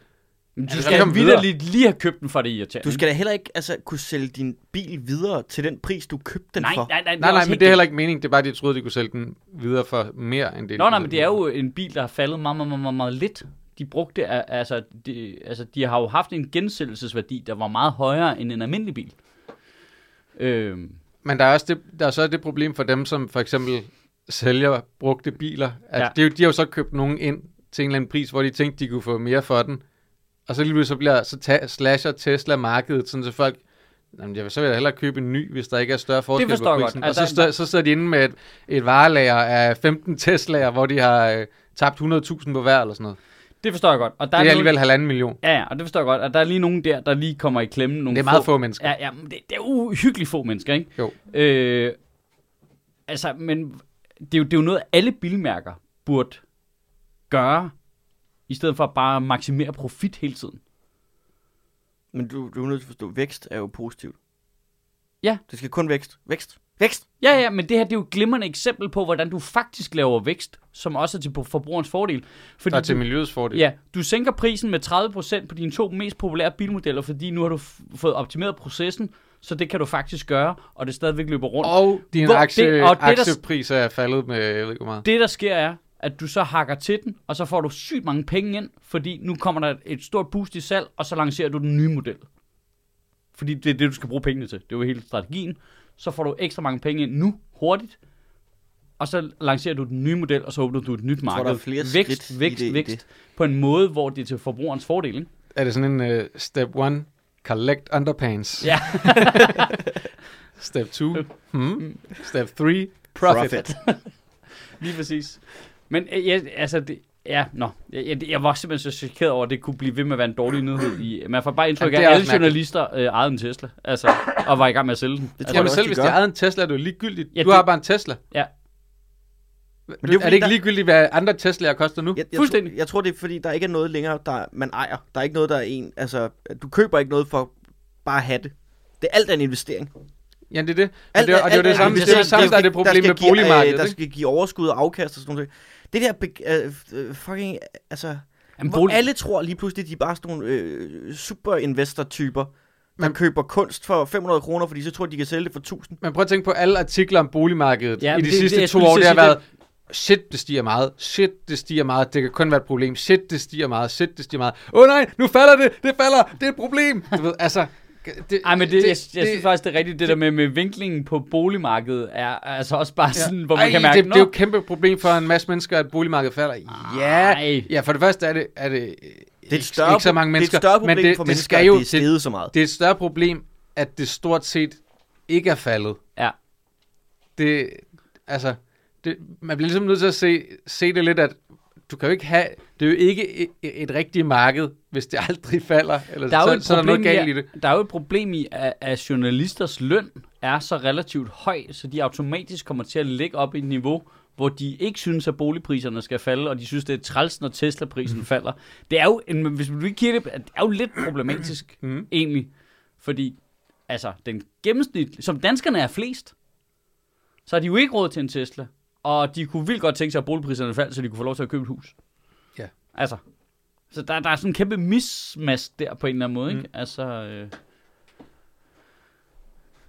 S1: Men du
S3: så
S1: skal
S3: kom
S1: vidderligt Altså, lige have købt den for det irriterende.
S2: Du skal da heller ikke altså, kunne sælge din bil videre til den pris, du købte den
S1: nej,
S2: for.
S1: nej, nej,
S3: Nej, nej,
S1: også
S3: men
S1: helt
S3: det er heller ikke meningen, det er bare, at de troede, de kunne sælge den videre for mere end det.
S1: Nå, nej, men det er jo en bil, der har faldet meget, meget, meget, meget, meget lidt. De brugte, al- altså de, altså, de har jo haft en gensættelsesværdi, der var meget højere end en almindelig bil. Øhm,
S3: Men der er, også det, der er så det problem for dem, som for eksempel sælger brugte biler. At
S1: Ja.
S3: ja. det, er jo- de har jo så købt nogen ind til en eller anden pris, hvor de tænkte, de kunne få mere for den. Og så lige pludselig så, bliver, så ta- slasher Tesla markedet, sådan så folk, jamen, jeg vil, så vil jeg hellere købe en ny, hvis der ikke er større forskel
S1: forstår jeg
S3: på
S1: godt.
S3: prisen.
S1: Altså,
S3: og så, stør, så sidder de inde med et, et varelager af 15 Tesla'er, hvor de har øh, tabt 100.000 på hver eller sådan noget.
S1: det forstår jeg godt. Og der
S3: Det er
S1: nogen-
S3: alligevel halvanden million.
S1: Ja, ja, og det forstår jeg godt. Og der er lige nogen der, der lige kommer i klemme. Nogle
S3: Det er meget få mennesker.
S1: Ja, ja, men det, det er uhyggeligt få mennesker, ikke?
S3: Jo.
S1: Øh, altså, men det er, jo, det er jo noget, alle bilmærker burde gøre, i stedet for bare at maksimere profit hele tiden.
S2: Men du, du er nødt til at forstå, vækst er jo positivt.
S1: Ja.
S2: Det skal kun vækst. Vækst. Vækst.
S1: Ja, ja, men det her det er jo et glimrende eksempel på, hvordan du faktisk laver vækst, som også er til forbrugerens fordel. Fordi
S3: Der er til
S1: du-
S3: miljøets fordel.
S1: Ja, du sænker prisen med 30% på dine to mest populære bilmodeller, fordi nu har du f- fået optimeret processen, så det kan du faktisk gøre, og det stadigvæk løber rundt. Og
S3: Og din
S1: Hvor-
S3: aktie,
S1: det-
S3: det,
S1: og
S3: og
S1: det, der-
S3: aktiepris er faldet med, jeg ved ikke hvor meget.
S1: det, der sker, er, at du så hakker til den, og så får du sygt mange penge ind, fordi nu kommer der et stort boost i salg, og så lancerer du den nye model. Fordi det er det, du skal bruge pengene til. Det er jo hele strategien. Så får du ekstra mange penge ind nu, hurtigt, og så lancerer du den nye model, og så åbner du et nyt
S2: tror,
S1: marked.
S2: der er flere
S1: vækst,
S2: skridt i
S1: vækst,
S2: det- i
S1: vækst,
S2: det.
S1: på en måde, hvor det er til forbrugerens fordel, ikke?
S3: Er det sådan en uh, step 1, collect underpants.
S1: Ja. Mm.
S3: Step 2, hmm. Step 3, profit. profit.
S1: Lige præcis. Men øh, jeg, altså, det, ja, nå. Jeg, jeg, jeg var simpelthen så chokeret over, at det kunne blive ved med at være en dårlig nyhed. I, øh, man får bare indtryk af,
S3: Jamen, det
S1: at
S3: er
S1: alle
S3: også mærkeligt.
S1: journalister øh, ejede en Tesla, altså, og var i gang med at sælge den.
S2: Det tror
S1: altså,
S2: jeg
S3: Jamen
S2: også,
S3: selv
S2: de
S3: hvis
S2: gør.
S3: de ejede en Tesla, er det jo ligegyldigt.
S1: Ja,
S3: Ja, du
S1: det-
S3: har bare en Tesla.
S1: Ja.
S3: Men
S2: det er jo
S3: det, er
S2: fordi,
S3: det ikke
S2: der-
S3: ligegyldigt, hvad andre Tesla'er koster nu?
S2: Jeg, jeg,
S1: Fuldstændig.
S2: Tror, jeg tror, det er fordi, der ikke er noget længere, der man ejer. Der er ikke noget, der er en... Altså, du køber ikke noget for bare at have det. Det er alt er en investering.
S3: Ja, det er det. Men
S2: Alt
S3: det, er- og det er jo
S2: alt
S3: det samme, det, er det, samme der er det problem
S2: skal
S3: med
S2: give, øh,
S3: boligmarkedet.
S2: Der
S3: ikke?
S2: skal give overskud og afkast og sådan noget. Det der beg- øh, øh, fucking... Altså,
S1: Jamen,
S2: hvor
S1: bolig-
S2: alle tror lige pludselig, de er bare sådan nogle øh, superinvestor-typer, der
S3: Men-
S2: køber kunst for 500 kroner, fordi så tror de, de kan sælge det for 1000.
S3: Men prøv at tænke på alle artikler om boligmarkedet
S1: Ja,
S3: ja, i
S1: men
S3: de
S1: det-
S3: det,
S1: det-
S3: sidste
S1: jeg
S3: det, to
S1: skulle
S3: år.
S1: til
S3: Det
S1: at
S3: har
S1: sige,
S3: været, shit, det stiger meget, shit, det stiger meget, det kan kun være et problem, shit, det stiger meget, shit, det stiger meget. Åh oh, nej, nu falder det, det falder, det er et problem. Du ved, altså... Det,
S1: Ej, men det, jeg, jeg synes faktisk, det er rigtigt, det, der med, med vinklingen på boligmarkedet, er altså også bare sådan, hvor man
S3: Ej,
S1: kan mærke,
S3: det, det er jo
S1: "Nå, Ah.
S3: et kæmpe problem for en masse mennesker, at boligmarkedet falder. Ja,
S1: Ej.
S3: ja for det første er det, er det, øh,
S2: Det er et større,
S3: ikke så mange
S2: det er
S3: mennesker,
S2: et større problem
S3: men det,
S2: for
S3: det
S2: mennesker,
S3: skal jo,
S2: at det er steget så meget.
S3: det er et større problem, at det stort set ikke er faldet.
S1: Ja,
S3: det, altså, det, man bliver ligesom nødt til at se, se det lidt, at du kan jo ikke have, det er jo ikke et, et rigtigt marked, hvis det aldrig falder, eller
S1: der er jo
S3: så,
S1: et
S3: så er der noget
S1: problem
S3: galt
S1: i,
S3: i det.
S1: Der er jo et problem i, at, at journalisters løn er så relativt høj, så de automatisk kommer til at ligge op i et niveau, hvor de ikke synes, at boligpriserne skal falde, og de synes, det er træls, når Tesla-prisen
S3: Mhm.
S1: falder. Det er jo, en, hvis du ikke kigger det, det er jo lidt problematisk,
S3: Mhm.
S1: mm. egentlig. Fordi, altså, den gennemsnit, som danskerne er flest, så har de jo ikke råd til en Tesla. Og de kunne vildt godt tænke sig, at boligpriserne faldt, så de kunne få lov til at købe et hus.
S3: Ja.
S1: Altså. Så der, der er sådan en kæmpe mismask der på en eller anden måde,
S3: Mm.
S1: ikke? Altså, øh...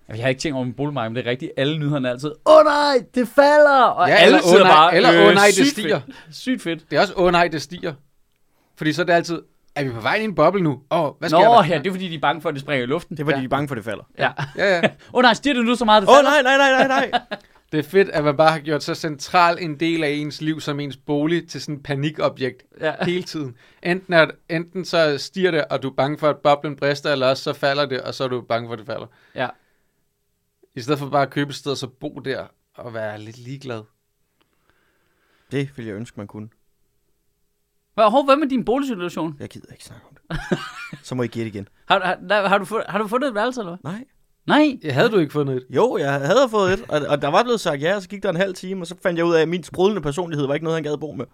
S1: Jeg har ikke tænkt over min boligmarked, men det er rigtigt. Alle nyhederne er altid, åh oh, nej, det falder! Og
S3: Ja,
S1: alle
S3: eller,
S1: sidder
S3: "Åh, nej,"
S1: bare, "Øh,
S3: eller, "Åh, nej, det
S1: sygt
S3: stiger."
S1: Fedt. Sygt fedt.
S3: Det er også, åh oh, nej, det stiger. Fordi så er det altid, er vi på vej ind i en boble nu? Åh, oh, hvad sker
S1: Nå,
S3: der?
S1: ja, det er fordi, de er bange for, at det springer i luften.
S2: Det er, fordi
S1: ja.
S2: ja. de er bange for, at det falder.
S1: Ja.
S3: Ja, ja.
S1: Åh oh, nej, stiger det nu så meget, det
S2: Åh, oh,
S1: falder?
S2: nej, nej, nej, nej, nej.
S3: Det er fedt, at man bare har gjort så central en del af ens liv som ens bolig til sådan et panikobjekt
S1: Ja.
S3: ja. hele tiden. Enten, at, enten så stiger det, og du er bange for, at boblen brister, eller også så falder det, og så er du bange for, at det falder.
S1: Ja.
S3: I stedet for bare at købe et sted og så bo der og være lidt ligeglad.
S2: det ville jeg ønske, man kunne.
S1: Hvad, hov, hvad med din boligsituation?
S2: Jeg gider ikke snakke om det. så må I give det igen.
S1: Har, har, nej, har, du, fund, har du fundet et værelse, eller hvad?
S2: Nej.
S1: Nej.
S3: Ja, havde du ikke fundet et?
S2: Jo, jeg havde fået et, og, og der var blevet sagt ja, og så gik der en halv time, og så fandt jeg ud af, at min sprudlende personlighed var ikke noget, han gad at bo med.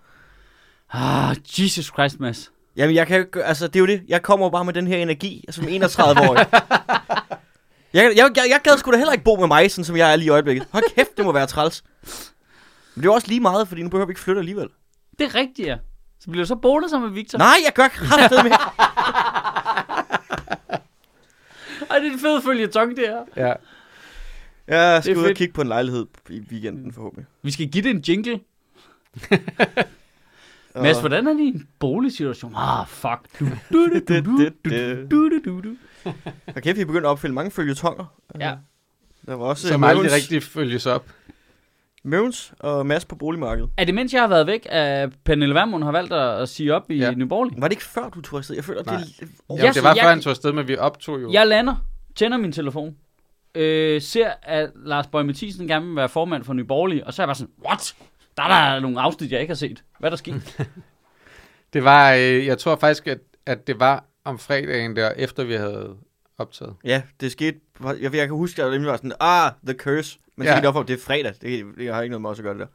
S1: Ah, Jesus Christ, Mads.
S2: Jamen, jeg kan jo ikke, gøre- altså, det er jo det. Jeg kommer jo bare med den her energi, som 31-årig. jeg, jeg, jeg, jeg gad sgu da heller ikke bo med mig, sådan som jeg er lige i øjeblikket. Hold kæft, det må være træls. Men det er jo også lige meget, fordi nu behøver vi ikke flytte alligevel.
S1: Det er rigtigt, ja. Så bliver du så boende sammen med Victor.
S2: Nej, jeg gør kraftedet med.
S1: Ej, det er en fed følgetong, det her.
S3: Ja.
S2: Jeg skal ud og
S1: fedt.
S2: kigge på en lejlighed i weekenden, forhåbentlig.
S1: Vi skal give det en jingle. Mads, hvordan er din boligsituation? Ah, fuck. Du, du, du, du, du, du, du, du, du, du.
S2: Og kæft, vi er begyndt at opfylde mange følgetonger.
S1: Ja.
S2: Der var også
S3: Som
S2: øh,
S3: aldrig
S2: Møvens-
S3: rigtig følges op.
S2: Møvens og Mads på boligmarkedet.
S1: Er det mens jeg har været væk, at Pernille Vermund har valgt at at sige op i ja.
S3: Ja.
S1: Nye Borgerlige?
S2: Var det ikke før, du tog afsted? Jeg føler, at det er... Oh,
S3: Jamen, det var
S1: jeg-
S3: før han tog afsted, men vi optog jo.
S1: Jeg lander, tænder min telefon, øh, ser, at Lars Bøge Mathisen gerne vil være formand for Nye Borgerlige, og så er jeg bare sådan, what? Der er der nogle afsnit, jeg ikke har set. Hvad er der sket?
S3: Det var, øh, jeg tror faktisk, at, at det var om fredagen der, efter vi havde optaget.
S2: Ja, det skete... Jeg, jeg kan huske, at jeg var sådan, ah, the curse. Men så
S3: Ja.
S2: gik det op for, det er fredag. Det, jeg har ikke noget med os at gøre det der.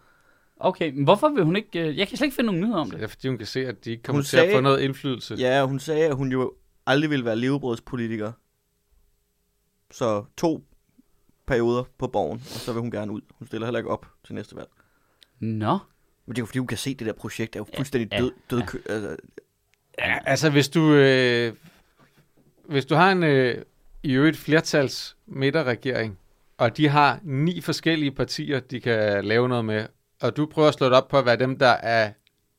S1: Okay, men hvorfor vil hun ikke... øh, Jeg kan slet ikke finde nogen nyheder om
S3: Det
S1: det.
S3: er fordi, hun kan se, at de ikke kommer
S2: Hun
S3: til at få
S2: sagde-
S3: noget indflydelse.
S2: Ja, hun sagde, at hun jo aldrig ville være levebrødspolitiker. Så to perioder på borgen, og så vil hun gerne ud. Hun stiller heller ikke op til næste valg.
S1: Nå.
S2: Men det er jo fordi, hun kan se, at det der projekt er jo fuldstændig død, død, kø- altså,
S3: Ja, altså hvis du, øh, hvis du har en øh, i øvrigt flertals midterregering, og de har ni forskellige partier, de kan lave noget med, og du prøver at slå det op på at være dem, der er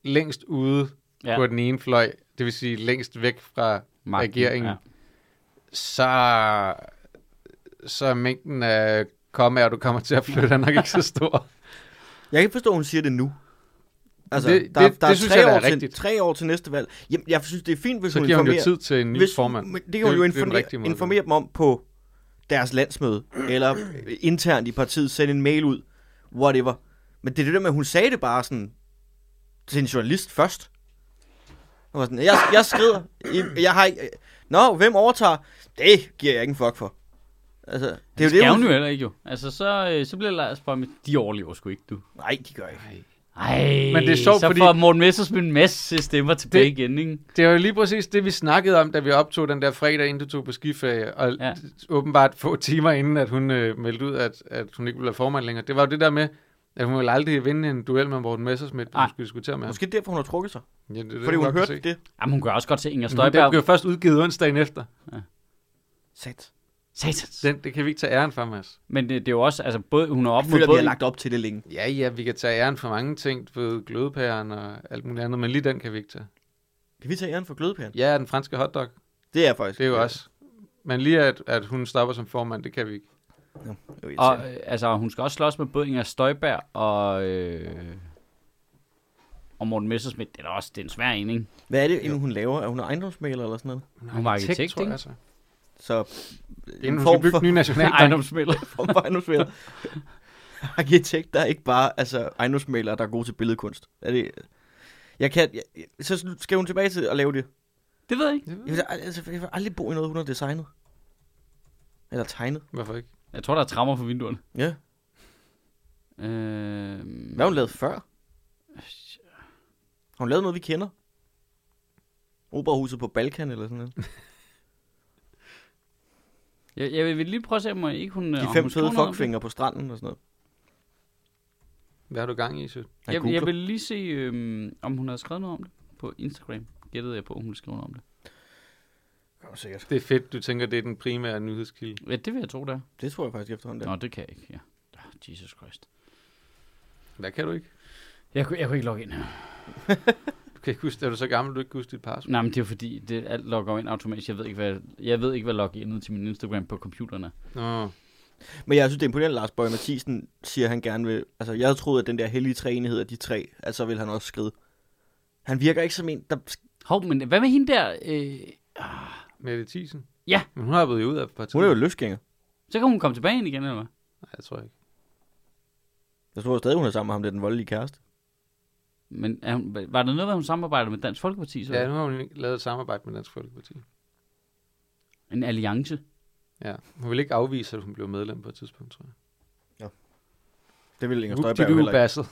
S3: længst ude
S1: Ja.
S3: ja. på den ene fløj, det vil sige længst væk fra Magten, regeringen,
S1: Ja.
S3: ja. så, så er mængden af kommaer, du kommer til at flytte, er nok ikke så stor.
S2: Jeg kan ikke forstå, at hun siger det nu. Altså,
S3: Det-
S2: det, der,
S3: det-
S2: der
S3: det
S2: er
S3: synes
S2: tre
S3: jeg, der er
S2: år til,
S3: rigtigt.
S2: tre år til næste valg. Jamen, jeg synes, det er fint, hvis
S3: Så
S2: hun
S3: giver hun
S2: informerer...
S3: jo tid til en ny
S2: hvis,
S3: formand.
S2: Men det kan hun
S3: er
S2: jo
S3: det er den rigtige
S2: informere,
S3: måde.
S2: informere dem om på deres landsmøde, eller internt i partiet, sende en mail ud, whatever. Men det er det der med, at hun sagde det bare sådan til en journalist først. Hun var sådan, jeg, jeg skrider, I- jeg har ikke... Nå, hvem overtager? Det giver jeg ikke en fuck for. Altså, det er jo
S1: Det skal
S2: det,
S1: hun jo heller ikke jo. Altså, så, øh, så bliver Lars Bøge med, de overlever sgu ikke, du.
S2: Nej, de gør ikke.
S1: Ej,
S3: Men det er sjovt,
S1: så
S3: fordi-
S1: får Morten Messersmith en masse stemmer tilbage det... igen, ikke?
S3: Det var jo lige præcis det, vi snakkede om, da vi optog den der fredag, inden du tog på skiferie, og
S1: Ja.
S3: ja. åbenbart få timer inden, at hun øh, meldte ud, at, at hun ikke ville være formand længere. Det var jo det der med, at hun ville aldrig vinde en duel med Morten Messersmith,
S1: Nej.
S3: hun skulle diskutere med ham.
S2: Måske derfor, hun har trukket sig.
S3: Ja, det, er det,
S2: Fordi hun
S3: godt kan
S2: hørte
S3: se.
S2: det.
S1: Jamen, hun kan også godt se Inger
S3: Men Den
S1: Støjberg.
S3: blev først udgivet onsdagen efter.
S2: Sat.
S1: Satans.
S3: Den, det kan vi ikke tage æren for, Mads.
S1: Men det, det, er jo også, altså, både, hun er op
S2: Jeg
S1: mod
S2: føler, vi
S1: både...
S2: har lagt op til det længe.
S3: Ja, ja, vi kan tage æren for mange ting, ved glødepæren og alt muligt andet, men lige den kan vi ikke tage.
S2: Kan vi tage æren for glødepæren?
S3: Ja, den franske hotdog,
S2: Det er faktisk.
S3: det er jo også. Men lige at, at hun stopper som formand, det kan vi ikke.
S1: Og,
S2: Og,
S1: øh, altså, hun skal også slås med både Inger Støjberg og, øh, og Morten Messersmith. Det er da også det er en svær en, ikke?
S2: Hvad er det, egentlig, hun laver? Er hun ejendomsmaler eller sådan noget?
S1: Hun var arkitekt,
S3: tror
S1: ikke?
S3: jeg så.
S2: Så
S3: Inden hun skal bygge
S2: for,
S3: en ny nationalbank.
S1: Ejendomsmælder.
S2: form for ejendomsmaler. Arkitekt, der er ikke bare altså, ejendomsmaler, der er gode til billedkunst. Er det, jeg kan, jeg, jeg- så skal hun tilbage til at lave det.
S1: Det ved jeg ikke.
S2: Jeg vil, altså, jeg vil aldrig bo i noget, hun har designet. Eller tegnet.
S3: Hvorfor ikke?
S1: Jeg tror, der er trammer for vinduerne.
S2: Ja.
S1: Øh,
S2: Hvad har hun lavet før? Har hun lavet noget, vi kender? Operahuset på Balkan eller sådan noget.
S1: jeg, jeg, vil lige prøve at se, om ikke hun...
S2: De fem fede fuckfinger på stranden og sådan noget.
S3: Hvad har du gang i, sødt?
S2: Han
S1: Jeg,
S2: googler.
S1: jeg vil lige se, øhm, om hun har skrevet noget om det på Instagram. Gættede jeg på, hun skrev noget om det.
S2: Ja, sikkert.
S3: Det er fedt, du tænker, det er den primære nyhedskilde.
S1: Ja, det vil jeg tro, der.
S2: Det tror jeg faktisk efterhånden,
S1: Ja.
S2: der.
S1: Nå, det kan jeg ikke, ja. Ah, Jesus Christ.
S3: Hvad kan du ikke?
S1: Jeg, kunne- jeg kunne ikke logge ind her.
S3: Du kan ikke huske, er du så gammel, du ikke kan huske dit password?
S1: Nej, men det er jo fordi, det alt logger ind automatisk. Jeg ved ikke, hvad, jeg ved ikke, hvad login'et til min Instagram på computeren er.
S3: Nå,
S2: Men jeg synes, det er imponerende, at Lars Bøge Mathisen siger, at han gerne vil... Altså, jeg havde troet, at den der hellige træenighed af de tre, at så vil han også skride. Han virker ikke som en, der...
S1: Hov, men hvad med hende der? Øh,
S3: Mette Thiesen?
S1: Ja.
S3: Men hun har været ud af partiet.
S2: Hun er jo løsgænger.
S1: så kan hun komme tilbage ind igen, eller hvad?
S3: Nej, jeg tror ikke.
S2: Jeg tror stadig, hun er sammen med ham, der er den voldelige kæreste.
S1: Men er hun, var der noget, hvad hun samarbejder med Dansk Folkeparti? Så?
S3: Ja, nu har hun lavet et samarbejde med Dansk Folkeparti.
S1: En alliance?
S3: Ja, hun vil ikke afvise, at hun blev medlem på et tidspunkt, tror jeg.
S2: Det vil Inger
S3: Hup,
S2: Støjberg
S3: dit
S2: jo heller ikke.
S3: ubasset.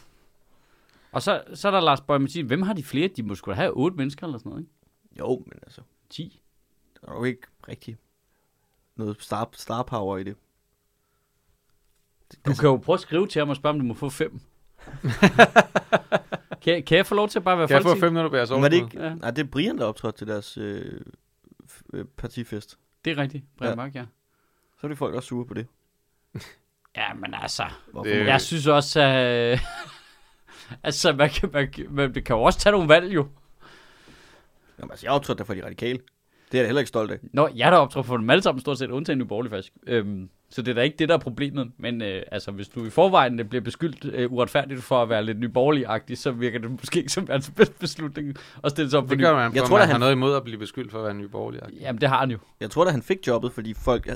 S1: Og så, så er der Lars Bøge Mathisen. Hvem har de flere? De må sgu da have otte mennesker eller sådan noget, ikke?
S2: Jo, men altså,
S1: 10?
S2: der er jo ikke rigtig noget star, star power i det.
S1: Du kan jo prøve at skrive til ham og spørge, om du må få fem. kan, jeg- kan jeg få lov til at bare være
S3: Kan jeg få
S1: folketing?
S3: fem minutter bæres
S2: Men
S3: over?
S2: var det ikke...
S1: Ja.
S2: Ja. Nej, det er Brian, der optrådte til deres øh, f- øh, partifest.
S1: Det er rigtigt. Brian ja.
S2: Ja.
S1: Mark, ja.
S2: Så er de folk også sure på det.
S1: Ja, men altså.
S2: Hvorfor?
S3: Det-
S2: Det...
S3: Øh.
S1: Jeg synes også, at... øh, altså, man kan, man, kan- man, man kan jo også tage nogle valg, jo.
S2: Jamen, altså, jeg optrådte der for de radikale. Det er jeg da heller ikke stolt af.
S1: Nå, jeg er da optrådt for dem alle sammen, stort set, undtagen Nye Borgerlige faktisk. Øhm, så det er da ikke det, der er problemet. Men øh, altså, hvis du i forvejen øh, bliver beskyldt øh, uretfærdigt for at være lidt nyborgerlig så virker det måske ikke som verdens bedste beslutning at stille sig op for
S3: Det
S1: ny...
S3: gør man, for
S2: Jeg tror,
S3: man
S2: at
S3: har
S2: han-
S3: noget imod at blive beskyldt for at være en ny borgerlig.
S1: Jamen, det har han jo.
S2: Jeg tror da, han fik jobbet, fordi folk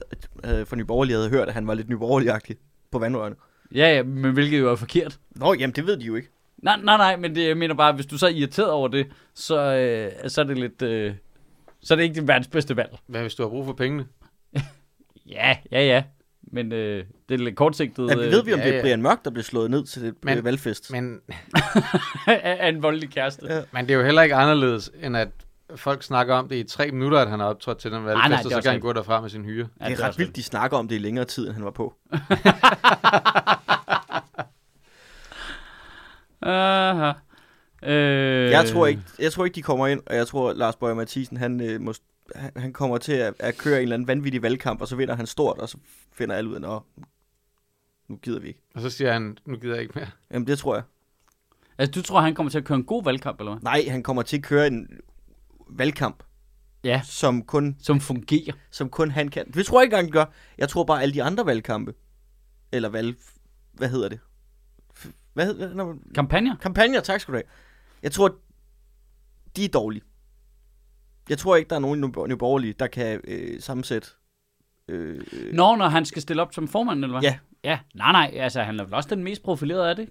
S2: øh, fra Nye Borgerlige havde hørt, at han var lidt nyborgerligagtig på vandrørene.
S1: Ja, ja, men hvilket jo er forkert.
S2: Nå, jamen det ved de jo ikke.
S1: Nej, nej, nej, men det, jeg mener bare, hvis du så er irriteret over det, så, øh, så er det lidt... Øh, så er det ikke det verdens bedste valg.
S3: Hvad hvis du har brug for pengene?
S1: Ja, ja, ja. Men øh, det er lidt kortsigtet...
S2: Ja, Altså, vi ved vi, om
S3: ja,
S2: ja, det er
S3: ja.
S2: Brian Mørk, der blev slået ned til det
S3: Men-
S2: men, valgfest. Men,
S3: Men
S1: øh, af af en voldelig kæreste.
S2: Ja.
S3: Men det er jo heller ikke anderledes, end at folk snakker om det i tre minutter, at han har optrådt til den
S1: nej,
S3: valgfest, og
S1: det er
S3: så
S1: også
S3: kan han gå derfra med sin hyre.
S1: Ja,
S2: det er ret
S1: også
S2: vildt, de snakker om det i længere tid, end han var på.
S1: Aha. Øh,
S2: Jeg tror ikke, jeg tror ikke de kommer ind, og jeg tror, Lars Bøger Mathisen, han, øh, må, han, han kommer til at, at køre en eller anden vanvittig valgkamp, og så vinder han stort, og så finder alle ud af, "Nå, nu gider vi ikke.
S3: Og så siger han, nu gider jeg ikke mere.
S2: Jamen, det tror jeg.
S1: Altså, du tror, han kommer til at køre en god valgkamp, eller hvad?
S2: Nej, han kommer til at køre en valgkamp,
S1: Ja.
S2: som kun,
S1: Som fungerer.
S2: som kun han kan. Det tror jeg ikke engang, han gør. Jeg tror bare, alle de andre valgkampe, eller valg... Hvad hedder det? F- Hvad hedder det? når man-
S1: Kampagner?
S2: Kampagner, tak skal du have. Jeg tror, de er dårlige. Jeg tror ikke, der er nogen i Nye Bor- Nye Borgerlige, der kan øh, sammensætte... Øh, øh,
S1: Nå, når han skal stille op som formand, eller hvad?
S2: Ja.
S1: Ja, nej, nej, altså han er vel også den mest profilerede af det.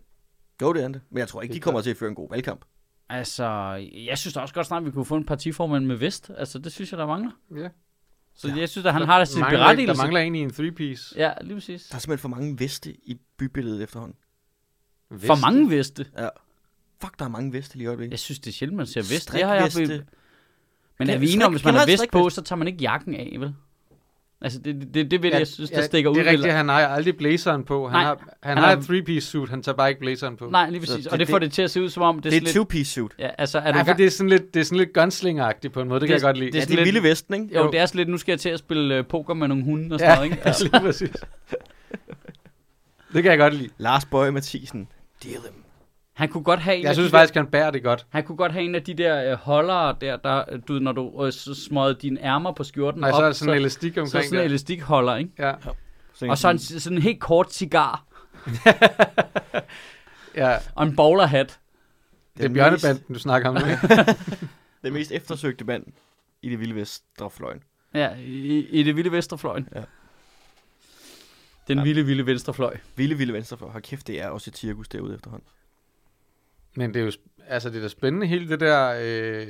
S2: jo, det er det. Men jeg tror ikke,
S3: Det
S2: de
S3: er
S2: kommer til at føre en god valgkamp.
S1: Altså, jeg synes da også godt snart, vi kunne få en partiformand med vest. Altså, det synes jeg, der mangler.
S3: Ja.
S1: Så jeg synes, at han har da sin
S3: mangler,
S1: berettigelse.
S3: Der mangler en i en three-piece.
S1: Ja, lige præcis.
S2: Der er simpelthen for mange veste i bybilledet efterhånden.
S3: Vest.
S1: For mange veste.
S2: Fuck, der er mange veste lige i øjeblikket.
S1: Jeg synes, det er sjældent, man ser vest. Det har jeg be...
S2: Strikveste.
S1: Men
S2: Kan-
S1: er vi enige om,
S2: strik-
S1: hvis man har
S2: generelt
S1: vest på,
S2: strikvest.
S1: så tager man ikke jakken af, vel? Altså, det, det, det, det vil
S3: Ja,
S1: jeg synes, der
S3: ja,
S1: stikker ud.
S3: Det er
S1: ved-
S3: rigtigt, han har aldrig blazeren på. Han
S1: Nej,
S3: har, han,
S1: han
S3: har,
S1: har-
S3: et three-piece suit, han tager bare ikke blazeren på.
S1: Nej, lige
S2: Så
S1: præcis.
S2: det-
S1: Og det
S2: det-
S1: får det til at se ud som om, det
S2: Det
S1: er
S2: er
S1: sådan
S2: et
S1: lidt...
S2: two-piece suit.
S1: Ja, altså, er du
S3: Ja, for
S1: gang-
S3: det er sådan lidt, det er sådan lidt gunslinger på en måde, det,
S1: Det er-
S3: kan jeg godt lide.
S1: det
S2: Ja,
S1: sådan
S2: det er
S1: lidt-
S2: vilde vesten, ikke?
S1: Jo, det er sådan lidt, nu skal jeg til at spille øh, poker med nogle hunde og sådan
S3: ja,
S1: noget, ikke?
S3: ja,
S1: Altså,
S3: lige præcis. det kan jeg godt lide.
S2: Lars Bøge Mathisen. Deal him.
S1: han kunne godt have en af
S3: Jeg synes
S1: de der,
S3: faktisk, han bærer det godt.
S1: han kunne godt have en af de der øh, holdere der, der øh, du ved, når du øh, s- smøgede dine ærmer på skjorten
S3: Nej,
S1: op,
S3: så er der sådan en elastik
S1: så er
S3: omkring
S1: sådan en
S3: det.
S1: elastikholder, ikke?
S3: Ja,
S1: Og så en, sådan en helt kort cigar
S3: ja.
S1: og en bowlerhat.
S3: Det er bjørnebanden, du snakker om nu. ikke?
S2: Den mest eftersøgte mand i det vilde vesterfløjen.
S1: Ja, i, i det vilde venstrefløjen.
S2: Ja.
S1: Den
S2: Ja.
S1: vilde, vilde venstrefløj.
S2: Vilde, vilde venstrefløj. Hold kæft, det er også et cirkus derude efterhånden.
S3: Men det er jo sp- altså, det er da spændende, hele det der øh,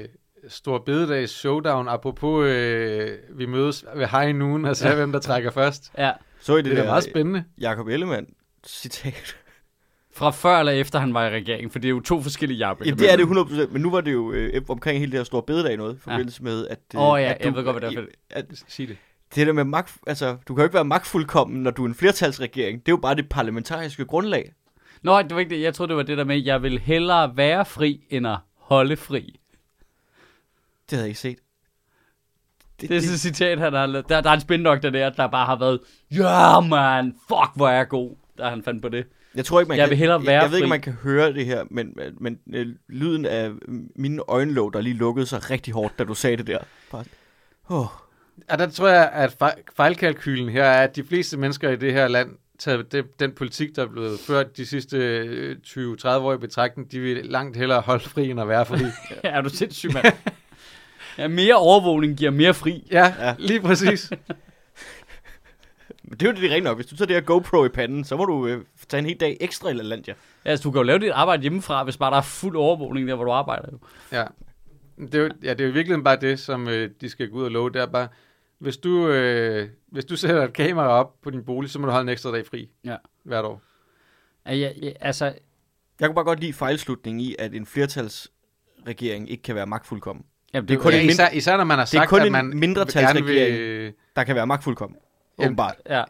S3: store bededags showdown, apropos øh, vi mødes ved high noon og ser, ja. hvem der trækker først.
S1: Ja,
S2: Så i det,
S3: Det er da
S2: der
S3: meget spændende.
S2: Jakob Ellemann citat.
S1: fra før eller efter han var i regeringen, for det er jo to forskellige jabber.
S2: Ja, det er det 100%, men nu var det jo øh, omkring hele det her store bededag noget, i forbindelse med, at... øh,
S1: Åh, ja,
S2: at
S1: jeg ved godt, hvad det er for-
S2: At,
S3: Sig det.
S2: det der med magt, altså, du kan jo ikke være magtfuldkommen, når du er en flertalsregering. Det er jo bare det parlamentariske grundlag.
S1: Nå, det var ikke det. Jeg troede, det var det der med, jeg vil hellere være fri, end at holde fri.
S2: Det havde jeg ikke set.
S1: Det er sådan et citat, han har lavet. Der, der er en spindokter der, der bare har været, ja man, fuck hvor er jeg god, da han fandt på det.
S2: jeg tror ikke, man
S1: Jeg
S2: kan,
S1: vil hellere være
S2: jeg, jeg ved ikke,
S1: fri.
S2: om man kan høre det her, men, men øh, lyden af mine øjenlåg, der lige lukkede sig rigtig hårdt, da du sagde det der. Bare, åh,
S3: Og der tror jeg, at fej- fejlkalkylen her er, at de fleste mennesker i det her land, tager den, den politik, der er blevet ført de sidste øh, 20-30 år i betragtning, de vil langt hellere holde fri, end at være fri.
S1: Ja, er du sindssyg, mand? Ja, mere overvågning giver mere fri.
S3: ja,
S2: Ja.
S3: ja, lige præcis.
S2: Men det er jo det, det er rigtigt nok. Hvis du tager det her GoPro i panden, så må du øh, tage en hel dag ekstra i LaLandia.
S1: Altså, du kan jo lave dit arbejde hjemmefra, hvis bare der er fuld overvågning der, hvor du arbejder. Jo.
S3: Ja. Det er jo, ja, det er jo virkelig bare det, som øh, de skal gå ud og love. Det er bare, hvis du, øh, hvis du sætter et kamera op på din bolig, så må du holde en ekstra dag fri
S1: Ja.
S3: hvert år.
S1: Ja, ja, ja, altså,
S2: Jeg kunne bare godt lide fejlslutningen i, at en flertalsregering ikke kan være magtfuldkommen.
S1: jamen,
S2: Det er
S1: jo-
S2: kun
S3: ja,
S2: en min-
S3: især, især når man har
S2: Det er
S3: sagt,
S2: kun
S3: at
S2: en
S3: man
S2: mindretalsregering.
S3: vil...
S2: Der kan være magtfuldkommen.
S3: Jamen,
S2: Åbenbart.
S1: Ja.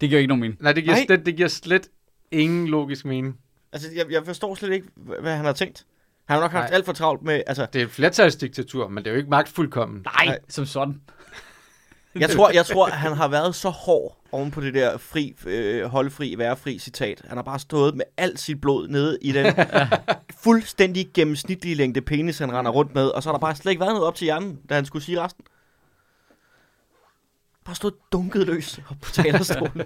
S1: Det giver ikke nogen mening.
S3: Nej, det giver,
S2: Nej.
S3: slet, det giver slet ingen logisk mening.
S2: Altså, jeg, jeg forstår slet ikke, hva- hvad han har tænkt. Han har nok haft
S3: Nej.
S2: alt for travlt med... Altså,
S3: Det er et flertalsdiktatur, men det er jo ikke magtfuldkommen.
S1: Nej,
S2: Nej.
S1: som sådan.
S2: jeg, tror, jeg tror, han har været så hård oven på det der fri, øh, holdfri, værefri citat. Han har bare stået med alt sit blod nede i den fuldstændig gennemsnitlige længde penis, han render rundt med. Og så har der bare slet ikke været noget op til hjernen, da han skulle sige resten. Bare stået dunket løs på talerstolen.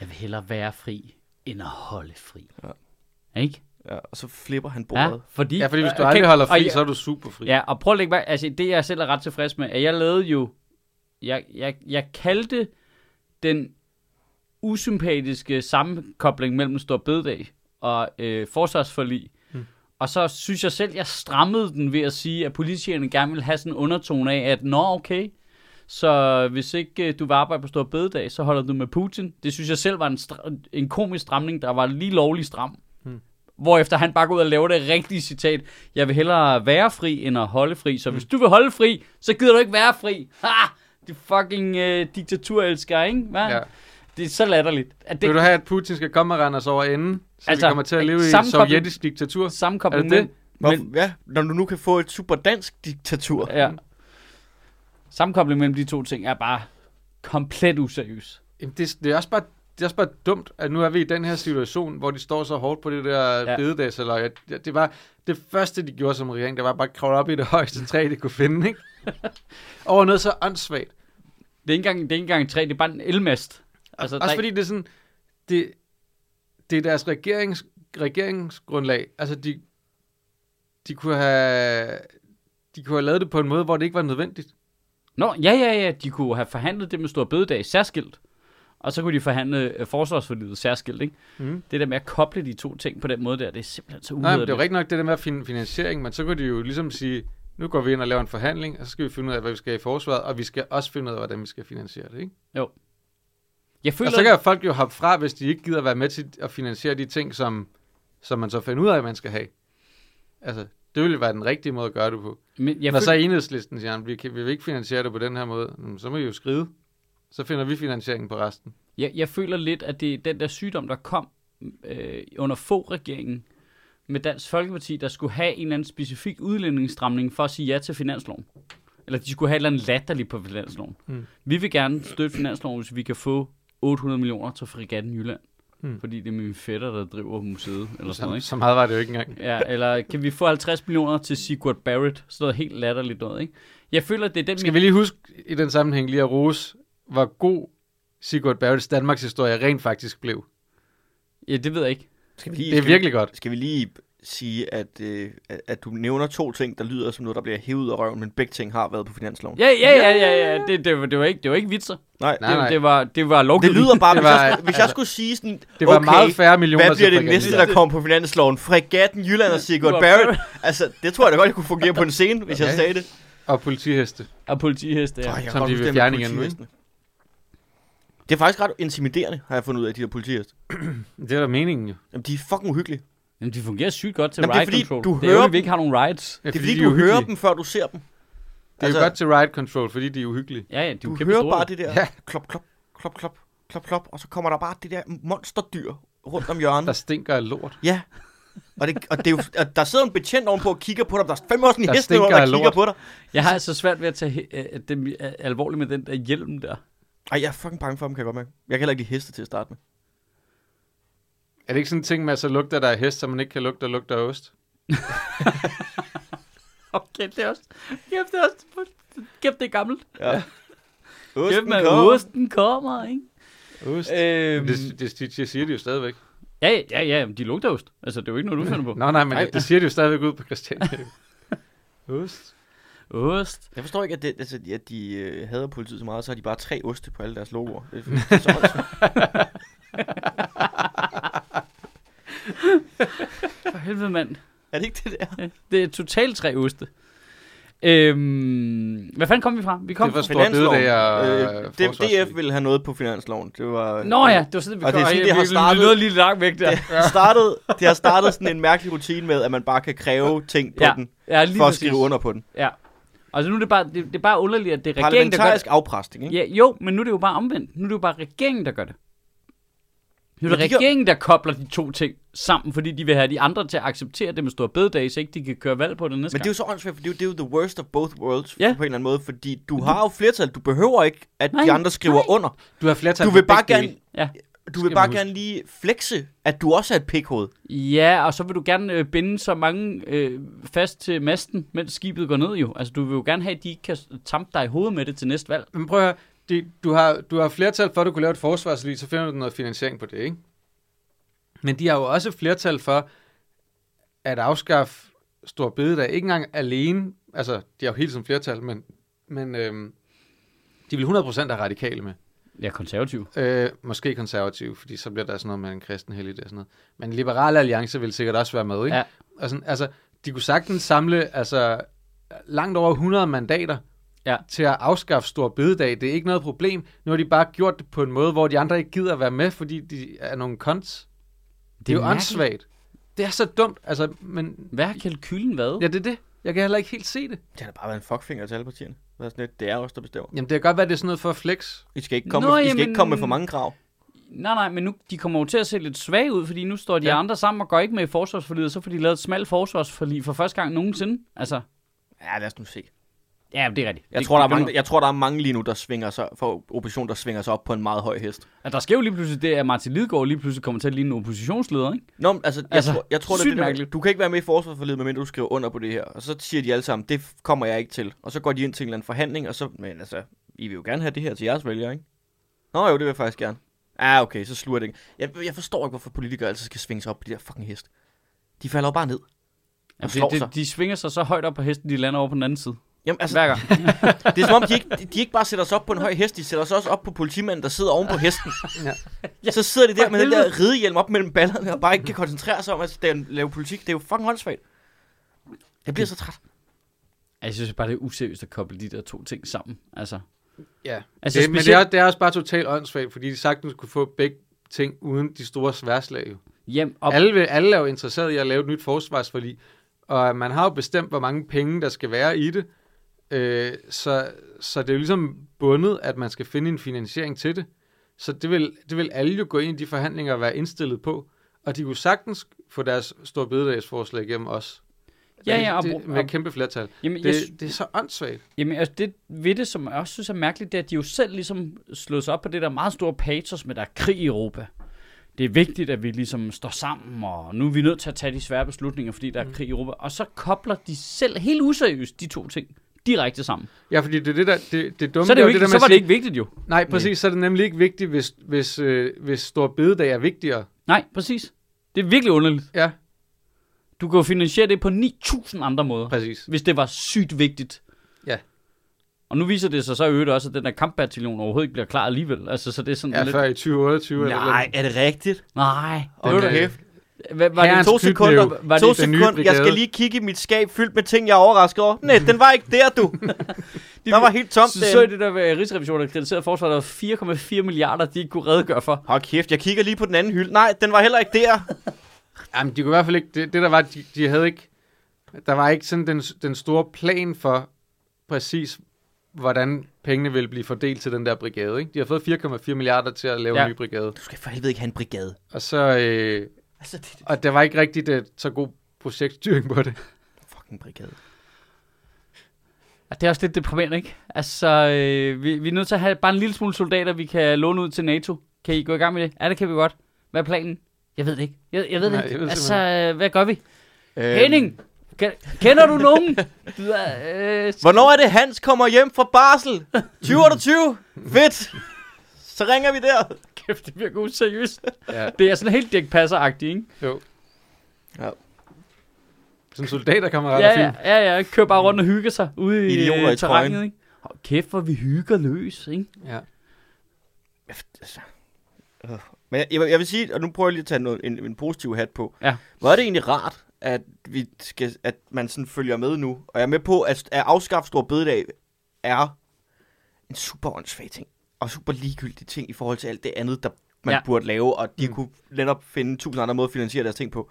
S1: Jeg vil hellere være fri, end at holde fri. Ja. Ikke?
S2: ja, og så flipper han
S1: Ja,
S2: bordet.
S1: fordi...
S3: Ja, fordi hvis du
S1: Øh,
S3: aldrig
S1: okay,
S3: holder
S1: og
S3: fri,
S1: jeg-
S3: så er du super fri.
S1: Ja, og prøv at lægge mærke, altså det jeg selv er ret tilfreds med, at jeg lavede jo, jeg, jeg, jeg kaldte den usympatiske sammenkobling mellem Stor Bededag og øh, forsvarsforlig, hmm. og så synes jeg selv, jeg strammede den ved at sige, at politikerne gerne vil have sådan en undertone af, at nå okay, så hvis ikke øh, du vil arbejde på Stor Bededag,
S3: Hmm.
S1: så holder du med Putin. Det synes jeg selv var en, str- en komisk stramning, der var lige lovlig stram. Hvorefter han bare går ud og laver det rigtige citat. Jeg vil hellere være fri, end at holde fri.
S3: Hmm.
S1: Så hvis du vil holde fri, så gider du ikke være fri. Ha! De fucking øh, diktaturelskere, ikke? Hvad?
S3: Ja.
S1: Ja. Det er så latterligt. At
S3: Vil
S1: det
S3: du have, at Putin skal komme og rende os over enden, så altså,
S1: Altså,
S3: vi kommer til at leve i et
S1: sammenkobling-
S3: sovjetisk diktatur?
S1: sammenkobling
S3: Er
S1: med...
S3: det det?
S2: Hvorfor,
S1: Men,
S2: ja, når du nu kan få et super dansk diktatur.
S1: ja. Sammenkobling mellem de to ting er bare komplet useriøs.
S3: Jamen, det, det, er også bare, det er også bare dumt, at nu er vi i den her situation, hvor de står så hårdt på det der ja.
S1: Ja.
S3: bededags. Eller, ja, det, det var det første, de gjorde som regering, det var bare at kravle op i det højeste træ, de kunne finde, ikke? over noget så åndssvagt.
S1: Det er ikke engang, det er ikke engang træ, det er bare en elmast. Altså,
S3: Også
S1: der-
S3: fordi det er sådan, det, det er deres regerings, regeringsgrundlag. Altså, de, de kunne have de kunne have lavet det på en måde, hvor det ikke var nødvendigt.
S1: Nå, ja, ja, ja, de kunne have forhandlet det med Stor Bødedag særskilt, og så kunne de forhandle øh, forsvarsforlidet særskilt, ikke?
S3: Mm.
S1: Det der med at koble de to ting på den måde der, det er simpelthen så
S3: Nej, men
S1: uhederligt.
S3: det er jo rigtig nok det der med at finde finansiering, men så kunne de jo ligesom sige, nu går vi ind og laver en forhandling, og så skal vi finde ud af, hvad vi skal i forsvaret, og vi skal også finde ud af, hvordan vi skal finansiere det, ikke?
S1: Jeg føler,
S3: Og så kan folk jo hoppe fra, hvis de ikke gider være med til at finansiere de ting, som, som man så finder ud af, at man skal have. Altså, det ville være den rigtige måde at gøre det på.
S1: men jeg
S3: Jeg Når så
S1: føler,
S3: enhedslisten siger, "Jamen, vi, kan, vi vil ikke finansiere det på den her måde, "Jamen, så må I jo skride. Så finder vi finansieringen på resten.
S1: jeg, jeg føler lidt, at det er den der sygdom, der kom øh, under få regeringen med Dansk Folkeparti, der skulle have en eller anden specifik udlændingsstramning for at sige ja til finansloven. Eller de skulle have et eller andet latterligt på finansloven.
S3: Mm.
S1: Mm. Vi vil gerne støtte finansloven, hvis vi kan få 800 millioner til Fregatten Jylland.
S3: Mm.
S1: Mm. Fordi det er min fætter, der driver museet. Eller sådan noget, ikke?
S3: Så, så meget var det jo ikke engang.
S1: Ja, eller kan vi få 50 millioner til Sigurd Barrett? Sådan noget helt latterligt noget, ikke? Jeg føler, det er den...
S3: Skal vi lige huske i den sammenhæng lige at rose, hvor god Sigurd Barretts Danmarks historie rent faktisk blev.
S1: Ja, det ved jeg ikke.
S2: Skal vi lige,
S3: Det er
S2: skal vi-
S3: virkelig godt.
S2: Skal vi lige sige, at, øh, at- at du nævner to ting, der lyder som noget, der bliver hævet ud af røven, men begge ting har været på finansloven.
S1: Ja, ja, ja, ja, ja. Det, det, var, det, var, ikke, det var ikke vitser.
S2: Nej,
S3: Nej,
S1: det,
S3: nej.
S1: det, var, det var
S2: det
S1: lovgivning.
S2: lyder bare,
S3: Det
S2: hvis, var,
S3: var-
S2: jeg, hvis jeg skulle sige sådan,
S3: Det var
S2: okay,
S3: meget færre millioner.
S2: hvad bliver
S3: til
S2: det
S3: Frikadelle.
S2: næste, der kommer på finansloven? Fregatten Jylland og Sigurd
S1: Sigurd
S2: Barrett? Altså, det tror jeg da godt, jeg kunne fungere på en scene, hvis jeg
S3: Okay.
S2: sagde det.
S3: Og politiheste.
S1: Og politiheste, ja.
S2: Ej, jeg kan
S3: Som
S2: godt
S3: de
S2: huske
S3: vil
S2: det med
S3: fjerne igen nu, ikke?
S2: politihestene. Det er faktisk ret intimiderende, har jeg fundet ud af, de der politiheste.
S3: Det er da meningen jo.
S2: Jamen, de er fucking uhyggelige.
S1: Jamen, de fungerer sygt godt til
S2: Jamen, det er
S1: ride
S2: fordi,
S1: control.
S2: du
S1: det er
S2: hører
S1: ærgerligt,
S2: dem.
S1: vi ikke har nogen rides.
S3: Ja,
S2: Det er
S3: de
S2: fordi, du hører
S3: uhyggelige.
S2: dem, før du ser
S3: Det
S2: dem.
S3: er altså, jo godt til ride control, fordi de er uhyggelige.
S1: Ja, ja, de er jo
S2: du
S1: kæmpe
S2: hører
S1: store.
S2: bare det der
S3: Ja.
S2: ja. klop, klop, klop, klop, klop, klop, og så kommer der bare det der monsterdyr rundt om hjørnet.
S3: Der stinker af lort.
S2: Ja. Og, det, og, det er jo, og der sidder en betjent ovenpå og kigger på dig. Der er fandme også en
S3: Der
S2: hest, der,
S3: stinker af
S2: der kigger
S3: lort.
S2: på dig.
S1: Jeg har altså svært ved at tage he- øh, dem, øh, alvorligt med den der hjelm der.
S2: Ej, jeg er fucking bange for dem, kan jeg godt mærke. Jeg kan heller ikke lide heste til at starte med.
S3: Er det ikke sådan en ting med, at så lugter der af hest, som man ikke kan lugte, der lugter af ost?
S1: Okay, det er også... Kæft, det er også... Kæft, det er gammelt.
S2: Ja.
S1: Kæft,
S2: Osten
S1: man,
S2: kommer.
S1: osten kommer, ikke?
S3: Ost.
S1: Øhm,
S3: Det, det, det, det siger de jo stadigvæk.
S1: ja, ja, ja, men de lugter ost. Altså, det er jo ikke noget, du finder på.
S3: Nå nej, men
S2: Ej.
S3: det, det siger de jo stadigvæk ud på Christiania. ost.
S1: Ost.
S2: Jeg forstår ikke, at, det, altså, at de øh, hader politiet så meget, så har de bare tre oste på alle deres logoer. Det, er- det er så åndssvagt.
S1: For helvede, mand.
S2: er det ikke det der?
S1: Det er totalt tre oste. Øhm, hvad fanden kom vi fra? Vi kom
S3: Det var
S1: fra...
S3: Stor Bededag og, øh,
S2: Øh, det,
S3: forsvarsforlig.
S2: DF ville have noget på finansloven. Det var...
S1: Nå ja, det var sådan, vi
S2: Og
S1: kom.
S2: det er sådan,
S1: Ej,
S2: det har
S1: vi
S2: startet.
S1: lyder lige langt væk der.
S2: Det startede, det har startet sådan en mærkelig rutine med, at man bare kan kræve ting på
S1: Ja,
S2: den,
S1: Ja, lige
S2: for at
S1: præcis.
S2: skrive under på den.
S1: Ja. Altså nu er det bare, det, det er bare underligt, at det er regeringen, der gør
S2: Parlamentarisk
S1: det.
S2: afpresning, ikke?
S1: Ja, jo, men nu er det jo bare omvendt. Nu er det jo bare regeringen, der gør det. Nu er
S2: Men
S1: det
S2: de gør-
S1: regeringen, der kobler de to ting sammen, fordi de vil have de andre til at acceptere det med store bededag, så ikke de kan køre valg på det næste
S2: Men det er jo så åndssvagt, for det er jo, det er jo the worst of both worlds,
S1: Ja.
S2: ja. på en eller anden måde, fordi du har jo flertal, du behøver ikke, at
S1: Nej,
S2: de andre skriver
S1: nej.
S2: under.
S3: Du har flertal
S2: Du
S3: for
S2: vil bare
S3: begge
S2: gerne,
S3: dele.
S1: Ja.
S2: du
S3: Skal
S2: vil bare
S3: man
S2: gerne lige flexe, at du også er et pikhoved.
S1: gang. Ja, og så vil du gerne øh, binde så mange øh, fast til masten, mens skibet går ned jo. Altså du vil jo gerne have, at de ikke kan s- tampe dig i hovedet med det til næste valg.
S3: Men prøv at høre, det, du, har, du har flertal for, at du kunne lave et forsvarslig, så finder du noget finansiering på det, ikke? Men de har jo også flertal for at afskaffe Stor Bededag. Ikke engang alene, altså de har jo hele tiden flertal, men, men øhm, de vil 100% have radikale med.
S1: Ja, konservativ.
S3: Øh, måske konservative, fordi så bliver der sådan noget med en kristen hellig og sådan noget. Men Liberale Alliance vil sikkert også være med, ikke?
S1: Ja.
S3: Og sådan, altså, de kunne sagtens samle altså, langt over 100 mandater
S1: Ja.
S3: til at afskaffe Stor Bededag. Det er ikke noget problem. Nu har de bare gjort det på en måde, hvor de andre ikke gider at være med, fordi de er nogle cons. Det, det er jo
S1: mærkeligt.
S3: åndssvagt. Det er så dumt, altså, men...
S1: Hvad er kalkylen hvad?
S3: Ja, det er det. Jeg kan heller ikke helt se det.
S2: Det har da bare været en fuckfinger til alle partierne. Det er, sådan lidt, det er os, der bestemmer.
S3: Jamen, det kan godt være, det er sådan noget for at flex.
S2: I skal ikke komme,
S1: Nå,
S2: Nå, I skal
S1: jamen-
S2: ikke komme med for mange krav.
S1: Nej, nej, men nu, de kommer jo til at se lidt svage ud, fordi nu står de
S3: Ja.
S1: ja. andre sammen og går ikke med i forsvarsforliget, og så får de lavet et smalt forsvarsforlig for første gang nogensinde. Altså,
S2: Ja, lad os nu se.
S1: ja, det er rigtigt.
S2: Jeg,
S1: det,
S2: tror, der er
S1: det gør
S2: mange, jeg tror, der er mange lige nu, der svinger sig, for opposition, der svinger sig op på en meget høj hest.
S1: noget. Og der sker jo lige pludselig det, at Martin Lidegaard lige pludselig kommer til at ligne en oppositionsleder, ikke?
S2: Nå, men altså, jeg,
S1: Altså,
S2: altså, tror, jeg tror, det
S1: sygt
S2: er det, der,
S1: mærkeligt.
S2: du kan ikke være med i forsvarsforledet, medmindre du skriver under på det her. Og så siger de alle sammen, det f- kommer jeg ikke til. Og så går de ind til en eller anden forhandling, og så, men altså, I vil jo gerne have det her til jeres vælgere, ikke? Nå jo, det vil jeg faktisk gerne. Ah, okay, så slutter det ikke. Jeg, jeg forstår ikke, hvorfor politikere altid skal svinge sig op på de der fucking hest. De falder jo bare ned.
S1: Ja,
S2: Og slår
S1: Altså, det,
S2: sig.
S1: det, de svinger sig så højt op på hesten, de lander over på den anden side.
S2: Jamen,
S1: Altså,
S2: altså,
S1: Hver gang.
S2: det er som om, de ikke, de, de ikke bare sætter sig op på en høj hest, de sætter sig også op på politimanden, der sidder oven på hesten.
S3: Ja.
S2: ja. Så sidder de der
S1: For
S2: med den
S1: helvede.
S2: der ridehjelm op mellem ballerne, og bare ikke kan koncentrere sig om at sta- lave politik. Det er jo fucking håndsvagt. Jeg bliver så træt.
S1: Altså, Jeg synes bare, det er useriøst at koble de der to ting sammen. Altså,
S3: Ja.
S1: Altså,
S3: Altså, det, men det
S1: specielt-
S3: er, det er også bare totalt åndssvagt, fordi de sagtens kunne få begge ting uden de store sværslag. Jo.
S1: hjem op.
S3: Og... Alle, vil- alle er jo interesseret i at lave et nyt forsvarsforlig, og man har jo bestemt, hvor mange penge, der skal være i det. Øh, så, så det er jo ligesom bundet, at man skal finde en finansiering til det. Så det vil, det vil alle jo gå ind i de forhandlinger og være indstillet på. Og de kunne sagtens få deres store bededagsforslag igennem os.
S1: Ja, ja, og-
S3: det, med et kæmpe flertal.
S1: Jamen,
S3: Det,
S1: jeg, sy-
S3: det er så åndssvagt.
S1: jamen altså, det ved det, som jeg også synes er mærkeligt, det er, at de jo selv ligesom slår sig op på det der meget store patos med, der er krig i Europa. Det er vigtigt, at vi ligesom står sammen, og nu er vi nødt til at tage de svære beslutninger, fordi der er krig i Europa. Og så kobler de selv helt useriøst de to ting direkte sammen.
S3: Ja, fordi det er det der, det, det dumme,
S1: så, er det jo
S3: jo
S1: ikke,
S3: det der,
S1: så
S3: man
S1: var det
S3: siger-
S1: ikke vigtigt jo.
S3: Nej, præcis. Så er det nemlig ikke vigtigt, hvis, hvis, øh, hvis Stor Bededag er vigtigere.
S1: Nej, præcis. Det er virkelig underligt.
S3: Ja,
S1: Du kan jo finansiere det på 9.000 andre måder.
S3: præcis.
S1: hvis det var sygt vigtigt.
S3: Ja.
S1: Og nu viser det sig så i øvrigt også, at den der kampbataljon overhovedet ikke bliver klar alligevel. Altså, så det er sådan
S3: Ja,
S1: lidt...
S3: før i 2028 eller
S2: Nej, er det rigtigt?
S1: Nej.
S2: Og
S3: Den,
S2: du
S3: øh,
S2: hæft.
S1: Hvad, var det
S3: Herrens
S1: to?
S2: To
S3: knytnæve.
S2: sekunder.
S1: Var det
S2: to
S3: den nye
S2: sekunder. Jeg skal
S3: brigade?
S2: lige kigge i mit skab fyldt med ting, jeg er overrasket over. Nej, den var ikke der, du. Der var helt tomt. øh.
S1: Så, så I det der med Rigsrevisionen, der kritiserede forsvaret, der var 4,4 milliarder, de ikke kunne redegøre for.
S2: Hold kæft, jeg kigger lige på den anden hylde. Nej, den var heller ikke der.
S3: Jamen, de kunne i hvert fald ikke... Det, det der var, de, de havde ikke... Der var ikke sådan den, den store plan for præcis, hvordan pengene ville blive fordelt til den der brigade. Ikke? De har fået 4,4 milliarder til at lave
S1: Ja.
S3: en ny brigade.
S2: Du skal for helvede ikke have en brigade.
S3: Og så... Øh,
S2: Altså, det er
S3: og der var ikke rigtigt øh, så god projektstyring på det.
S2: fucking brigade.
S1: Ja, Det er også lidt deprimerende, ikke? Altså, øh, vi, vi er nødt til at have bare en lille smule soldater, vi kan låne ud til NATO. Kan I gå i gang med det? Ja, det kan vi godt. Hvad er planen? Jeg ved det ikke. Jeg, jeg ved det
S3: Nej,
S1: ikke.
S3: jeg ved
S1: altså,
S3: simpelthen
S1: øh, hvad gør vi?
S2: Øhm,
S1: Henning, kan, kender du nogen? Du er, øh,
S2: Hvornår er det, Hans kommer hjem fra Barsel? 2028? Fedt. Så ringer vi der.
S1: Kæft, det virker useriøst.
S3: Ja,
S1: Det er sådan helt Dirk Passer-agtigt, ikke?
S3: jo.
S2: Ja.
S3: Som soldater kommer ret
S1: Ja, ja, ja, ja. Kører bare rundt og hygger sig ude i
S2: Idioter
S1: øh,
S2: i
S1: terrænet,
S2: trøjen.
S1: ikke? Hold kæft, hvor vi hygger løs, ikke?
S3: ja.
S2: Altså, øh. Men jeg, jeg, jeg vil sige, og nu prøver jeg lige at tage noget, en, en positiv hat på.
S1: Ja.
S2: Hvor er det egentlig rart, at, vi skal, at man sådan følger med nu. Og jeg er med på, at, at afskaffe stor bededag er en super åndssvag ting. Og super ligegyldig ting i forhold til alt det andet, der man
S1: Ja.
S2: ja. burde lave. Og de
S3: Mm.
S2: mm. kunne netop finde tusind andre måder at finansiere deres ting på.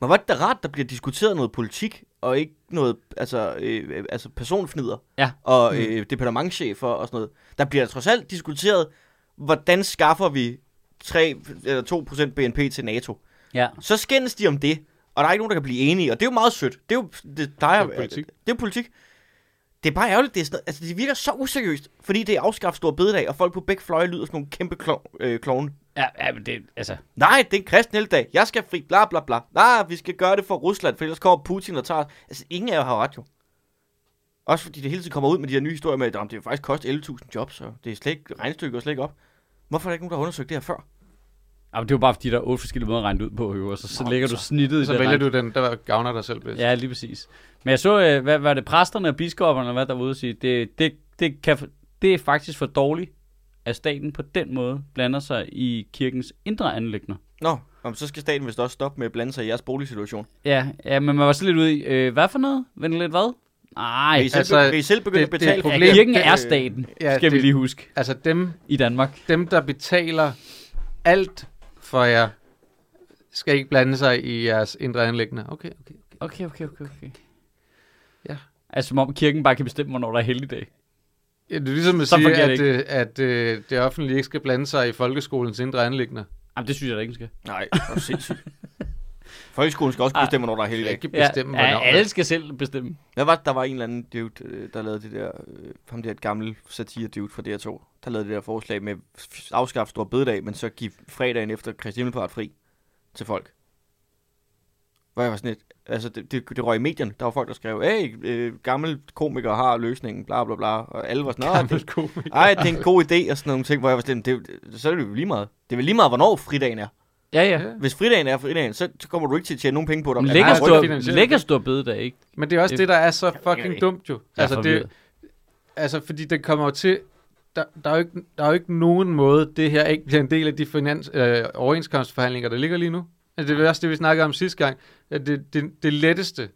S2: Men hvor er det da rart, der bliver diskuteret noget politik, og ikke noget altså, øh, øh, altså personfnider
S1: Ja. Mm.
S2: og øh, departementchefer og sådan noget. Der bliver trods alt diskuteret, hvordan skaffer vi 3 eller 2% BNP til NATO.
S1: Ja.
S2: Så skændes de om det, og der er ikke nogen, der kan blive enige, og det er jo meget sødt. Det er jo det plejer,
S3: Det er jo politik.
S2: Det er jo politik. Det er bare ærgerligt, det, er sådan, noget- altså, det virker så useriøst, fordi det er afskaffet stor bededag, og folk på begge fløje lyder som nogle kæmpe klo- øh, klovne.
S1: Ja, ja, men det, altså...
S2: Nej, det er en kristen helligdag. Jeg skal fri, bla bla bla. Nej, vi skal gøre det for Rusland, for ellers kommer Putin og tager os. Altså, ingen af jer har ret jo. Også fordi det hele tiden kommer ud med de her nye historier med, at "Jamen, det vil faktisk koste 11.000 jobs, og det er slet ikke, regnestykket er slet ikke op. Hvorfor er der ikke nogen, der har undersøgt det her før?
S1: Ja, men det er jo bare, fordi der er otte forskellige måder at regne det ud på, jo, og så, så lægger du snittet i
S3: Så
S1: det
S3: vælger
S1: regn-
S3: du den, der gavner dig selv bedst.
S1: Ja, lige præcis. Men jeg så, øh, hvad, hvad er det, præsterne og biskopperne, eller hvad der var ude og sige, det, det, det, kan, det er faktisk for dårligt, at staten på den måde blander sig i kirkens indre anlægner.
S2: Nå, jamen, så skal staten vist også stoppe med at blande sig i jeres boligsituation.
S1: Ja, ja, men man var så lidt ude i, øh, hvad for noget? Vent lidt hvad? Nej,
S2: Vil I selv,
S3: altså,
S2: altså, vil I selv begynde
S3: det-
S2: at
S3: det
S2: betale
S3: er et
S2: for
S3: problem.
S1: ja, kirken
S3: det-
S1: er staten,
S3: ja,
S1: skal vi
S3: det-
S1: lige huske,
S3: Altså dem,
S1: i Danmark.
S3: dem, der betaler alt skal ikke blande sig i jeres indre anlæggende. Okay, okay, okay.
S1: Okay, okay, okay, okay.
S3: Ja.
S1: Altså, som om kirken bare kan bestemme, hvornår der er helligdag.
S3: Ja, det er ligesom at
S1: Så
S3: sige,
S1: fungerer det
S3: at, øh, at øh, det offentlige ikke skal blande sig i folkeskolens indre anlæggende.
S1: Jamen, det synes jeg da ikke, man skal.
S2: Nej, det er sindssygt. Folkeskolen skal også
S1: Ah.
S2: bestemme, hvornår der er
S3: Det er
S2: helligdag.
S3: ikke bestemme,
S1: ja,
S3: hvornår.
S1: ja, alle skal selv bestemme.
S2: Hvad var det, der var en eller anden dude, øh, der lavede det der, øh, ham der et gammel satire-dude fra DR2, der lavede det der forslag med f- afskaffe stor bededag, men så give fredagen efter Kristi Himmelfart fri til folk. Hvor jeg var sådan lidt, altså det, det, det røg i medierne, der var folk, der skrev, hey, øh, gammel komiker har løsningen, bla bla bla, og alle var sådan, "Nå, det,
S3: komiker.
S2: ej, det er en god idé, og sådan nogle ting, hvor jeg var sådan lidt, det, det- så er det jo lige meget. Det er vel lige meget, hvornår fridagen er.
S1: Ja, ja.
S2: Hvis fridagen er fridagen, så, så kommer du ikke til at tjene nogen penge på dig.
S1: Men
S2: Ja,
S1: lækker
S2: nej,
S3: det er
S1: stor,
S2: rykker-
S3: finansielt.
S1: lækker stor bededag, ikke?
S3: Men det er også
S1: Det-
S3: det, der er så
S1: Jeg
S3: fucking
S1: er
S3: dumt jo.
S1: Jeg er
S3: Altså, det,
S1: forvirret.
S3: altså fordi det kommer jo til... Der, der, er jo ikke, der er jo ikke nogen måde, det her ikke bliver en del af de finans, øh, overenskomstforhandlinger, der ligger lige nu. Altså, det er også det, vi snakkede om sidste gang. At det, det, det letteste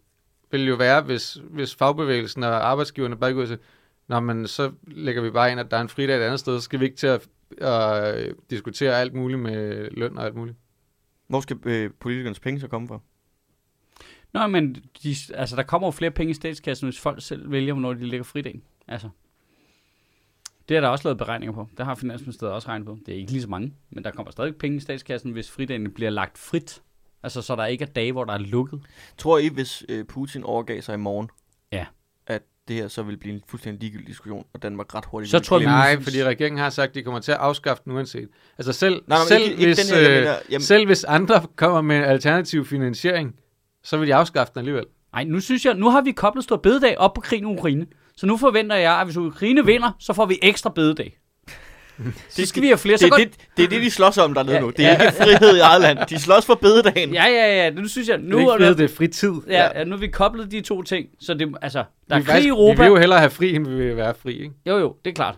S3: vil jo være, hvis, hvis fagbevægelsen og arbejdsgiverne bare går og siger, Nå, men så lægger vi bare ind, at der er en fridag et andet sted, så skal vi ikke til at øh, diskutere alt muligt med løn og alt muligt.
S2: Hvor skal øh, politikernes penge så komme fra?
S1: Nå, men de, altså, der kommer jo flere penge i statskassen, hvis folk selv vælger, hvornår de lægger fridagen. Altså, det er der også lavet beregninger på. Der har Finansministeriet også regnet på. Det er ikke lige så mange, men der kommer stadig penge i statskassen, hvis fridagen bliver lagt frit. Altså, så der ikke er dage, hvor der er lukket.
S2: Tror I, hvis øh, Putin overgav sig i morgen,
S1: Ja.
S2: at det her så ville blive en fuldstændig ligegyldig diskussion, og Danmark ret hurtigt
S1: Så
S2: ville
S1: tror jeg,
S2: glemme-
S3: Nej, fordi regeringen har sagt, at de kommer til at afskaffe den uanset. Altså selv,
S2: Nej, nej, men
S3: selv,
S2: ikke- ikke
S3: hvis,
S2: den her, jeg
S3: øh,
S2: mener, jamen-
S3: selv hvis andre kommer med en alternativ finansiering, så vil de afskaffe den alligevel.
S1: Nej, nu synes jeg, nu har vi koblet stor bededag op på krigen i Ukraine. Så nu forventer jeg, at hvis Ukraine vinder, så får vi ekstra bededag. så skal vi have flere.
S2: det,
S1: Så
S2: er
S1: går...
S2: det, det er det, de slås om dernede
S1: Ja,
S2: ja, nu. Det er ja. ikke frihed i eget land. De slås for bededagen. Ja.
S1: Ja, ja, ja. Nu synes jeg, nu
S3: Nu det er
S1: er
S3: ikke
S1: der...
S3: frihed, det er fritid.
S1: Ja, ja, nu har vi koblet de to ting. Så det, altså, der
S3: vi,
S1: er
S3: vil
S1: krig i
S3: faktisk-
S1: Europa.
S3: vi vil jo hellere have fri, end vi vil være fri. Ikke?
S1: Jo, jo, det er klart.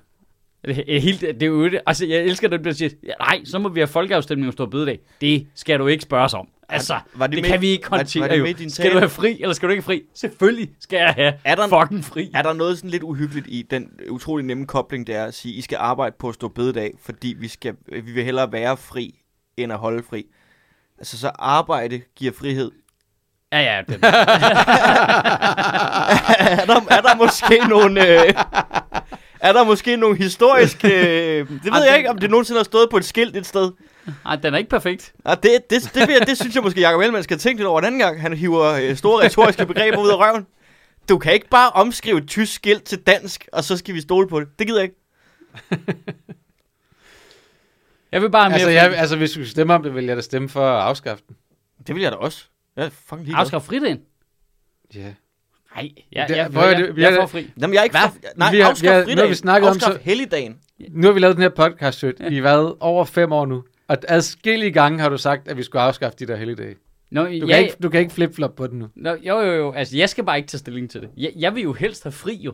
S1: Det er, helt, det er jo det. Altså, jeg elsker, at den bliver siger, ja, nej, så må vi have folkeafstemning om stor bededag. Det skal du ikke spørges om. Altså,
S2: var
S1: det,
S2: det
S1: det
S2: med-
S1: kan vi ikke
S2: var- var
S1: håndtere
S2: det
S1: jo.
S2: med i din
S1: Skal du
S2: tale?
S1: have fri, eller skal du ikke have fri? Selvfølgelig skal jeg have
S2: Er der en-
S1: fucking fri.
S2: Er der noget sådan lidt uhyggeligt i den utrolig nemme kobling, det er at sige, I skal arbejde på at stå bededag, fordi vi, skal, øh, vi vil hellere være fri, end at holde fri. Altså, så arbejde giver frihed.
S1: Ja, ja, det,
S2: er, der, er der måske nogle... Øh, er der måske nogle historiske... Øh, det ved
S1: Ej,
S2: jeg
S1: det-
S2: ikke, om det nogensinde har stået på et skilt et sted.
S1: nej, den er ikke perfekt.
S2: Ja, det, det, det, det, det synes jeg måske, Jacob Ellemann skal tænke lidt over en anden gang. Han hiver øh, store retoriske begreber ud af røven. Du kan ikke bare omskrive et tysk skilt til dansk, og så skal vi stole på det. Det gider jeg ikke.
S1: Jeg vil bare have mere
S3: Altså,
S1: fri.
S3: jeg, altså, hvis vi stemmer om det, vil jeg da stemme for at afskaffe den.
S2: Det vil jeg da også. Jeg er fucking ligeglad.
S1: Afskaf fridagen.
S3: Ja.
S1: Nej, jeg,
S3: Det-
S1: jeg,
S3: prøv at-
S1: jeg, jeg,
S3: vi har
S1: jeg får
S3: det-
S1: fri.
S2: Jamen, jeg er ikke...
S3: Hvad?
S2: For, nej,
S3: Vi har- vi
S2: afskaf
S3: har- nu har vi
S2: fridagen.
S3: snakket om,
S2: afskaf
S3: så-
S2: helligdagen.
S3: Nu har vi lavet den her podcast, Sødt, i hvad, over fem år nu. Og adskillige gange har du sagt, at vi skulle afskaffe de der helligdage.
S1: Nå,
S3: Du,
S1: jeg,
S3: kan ikke, du kan ikke flip-flop på den nu.
S1: nå, jo, jo, jo, altså, jeg skal bare ikke tage stilling til det. Jeg, jeg vil jo helst have fri, jo.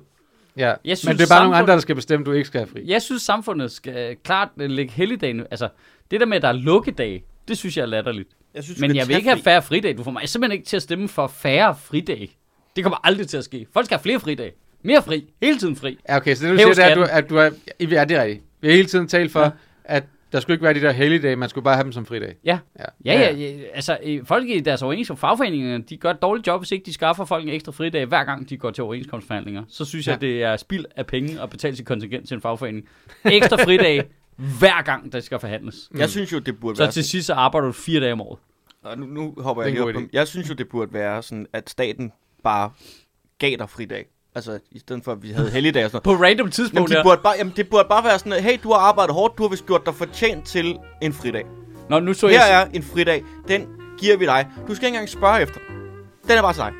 S3: Ja.
S1: Jeg synes,
S3: Men det er bare nogle
S1: samfundet-
S3: andre, der skal bestemme, at du ikke skal have fri.
S1: Jeg synes, samfundet skal øh, klart øh, lægge helligdagen. Altså, det der med, at der er lukkedage, det synes jeg er latterligt.
S2: Jeg synes, du
S1: Men
S2: skal
S1: jeg vil
S2: tage
S1: ikke have
S2: fri.
S1: færre fridage. Du får mig simpelthen ikke til at stemme for færre fridage. Det kommer aldrig til at ske. Folk skal have flere fridage. Mere fri. Hele tiden fri.
S3: Ja, okay, så det du
S1: Hæv
S3: siger, det er, at du,
S1: skatten.
S3: at du er, ja, det er rigtigt. Vi har hele tiden talt for,
S1: Ja.
S3: ja. at der skulle ikke være de der helligdage, man skulle bare have dem som fridag.
S1: Ja. Ja, ja, ja. Altså, øh, folk i deres overenskomst, fagforeningerne, de gør et dårligt job, hvis ikke de skaffer folk en ekstra fridag, hver gang de går til overenskomstforhandlinger. Så synes jeg,
S3: Ja.
S1: det er spild af penge at betale sit kontingent til en fagforening. Ekstra fridag, hver gang der skal forhandles.
S3: Mm.
S2: Jeg synes jo, det burde
S1: Så
S2: være...
S1: til sidst så arbejder du fire dage om året.
S2: Og nu, nu hopper jeg
S3: Det er
S2: lige
S3: en
S2: op
S3: god
S2: på. Jeg synes jo, det burde være sådan, at staten bare gav dig fridag. Altså, i stedet for, at vi havde helligdag og sådan noget.
S1: På random tidspunkt
S2: Jamen, de
S1: der.
S2: burde bare, jamen, det burde bare være sådan, at hey, du har arbejdet hårdt, du har vist gjort dig fortjent til en fridag.
S1: Nå, nu så jeg...
S2: Her er en fridag, den giver vi dig. Du skal ikke engang spørge efter. Den er bare til dig.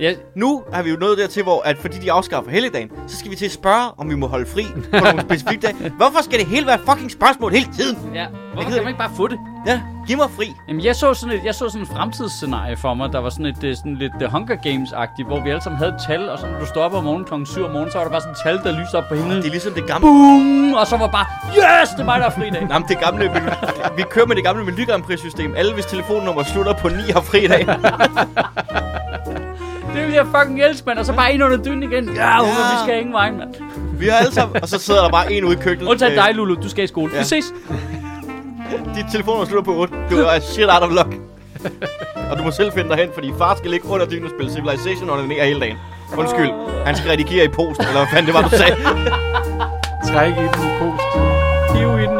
S1: jeg
S2: Nu er vi jo nået dertil, hvor at fordi de afskaffer helligdagen, så skal vi til at spørge, om vi må holde fri på nogle specifikke dage. Hvorfor skal det hele være et fucking spørgsmål hele tiden?
S1: ja. Hvorfor
S2: gider
S1: kan man
S2: ikke.
S1: ikke bare få det?
S2: Ja, giv mig fri.
S1: Jamen, jeg så sådan et, jeg så sådan et fremtidsscenarie for mig, der var sådan et øh, sådan lidt øh, Hunger Games-agtigt, hvor vi alle sammen havde et tal, og så når du stod op om morgenen kl. 7 om morgenen, så var der bare sådan et tal, der lyste op på himlen.
S2: Det er ligesom det gamle
S1: Boom! Og så var bare, yes, det er mig, der er fri i dag.
S2: Jamen, det gamle, vi- vi kører med det gamle Melodi Grand Prix-system. Alle, hvis telefonnummer slutter på 9 har fridag.
S1: Det vil jeg fucking elske, mand. Og så bare ind under dynen igen. Ja, ja. vi skal ingen vej, mand.
S2: Vi har alle sammen, og så sidder der bare en ude i køkkenet.
S1: Undtagen dig,
S2: Øh,
S1: Lulu. Du skal i skole. Ja.
S2: ja.
S1: Vi ses.
S2: Øh, Dit telefonnummer slutter på 8. Du er shit out of luck. Og du må selv finde dig hen, fordi far skal ligge under dynen og spille Civilization under den ene hele dagen. Undskyld, han skal redigere i post, eller hvad fanden det var, du sagde.
S3: Træk i den post.
S1: Hiv i den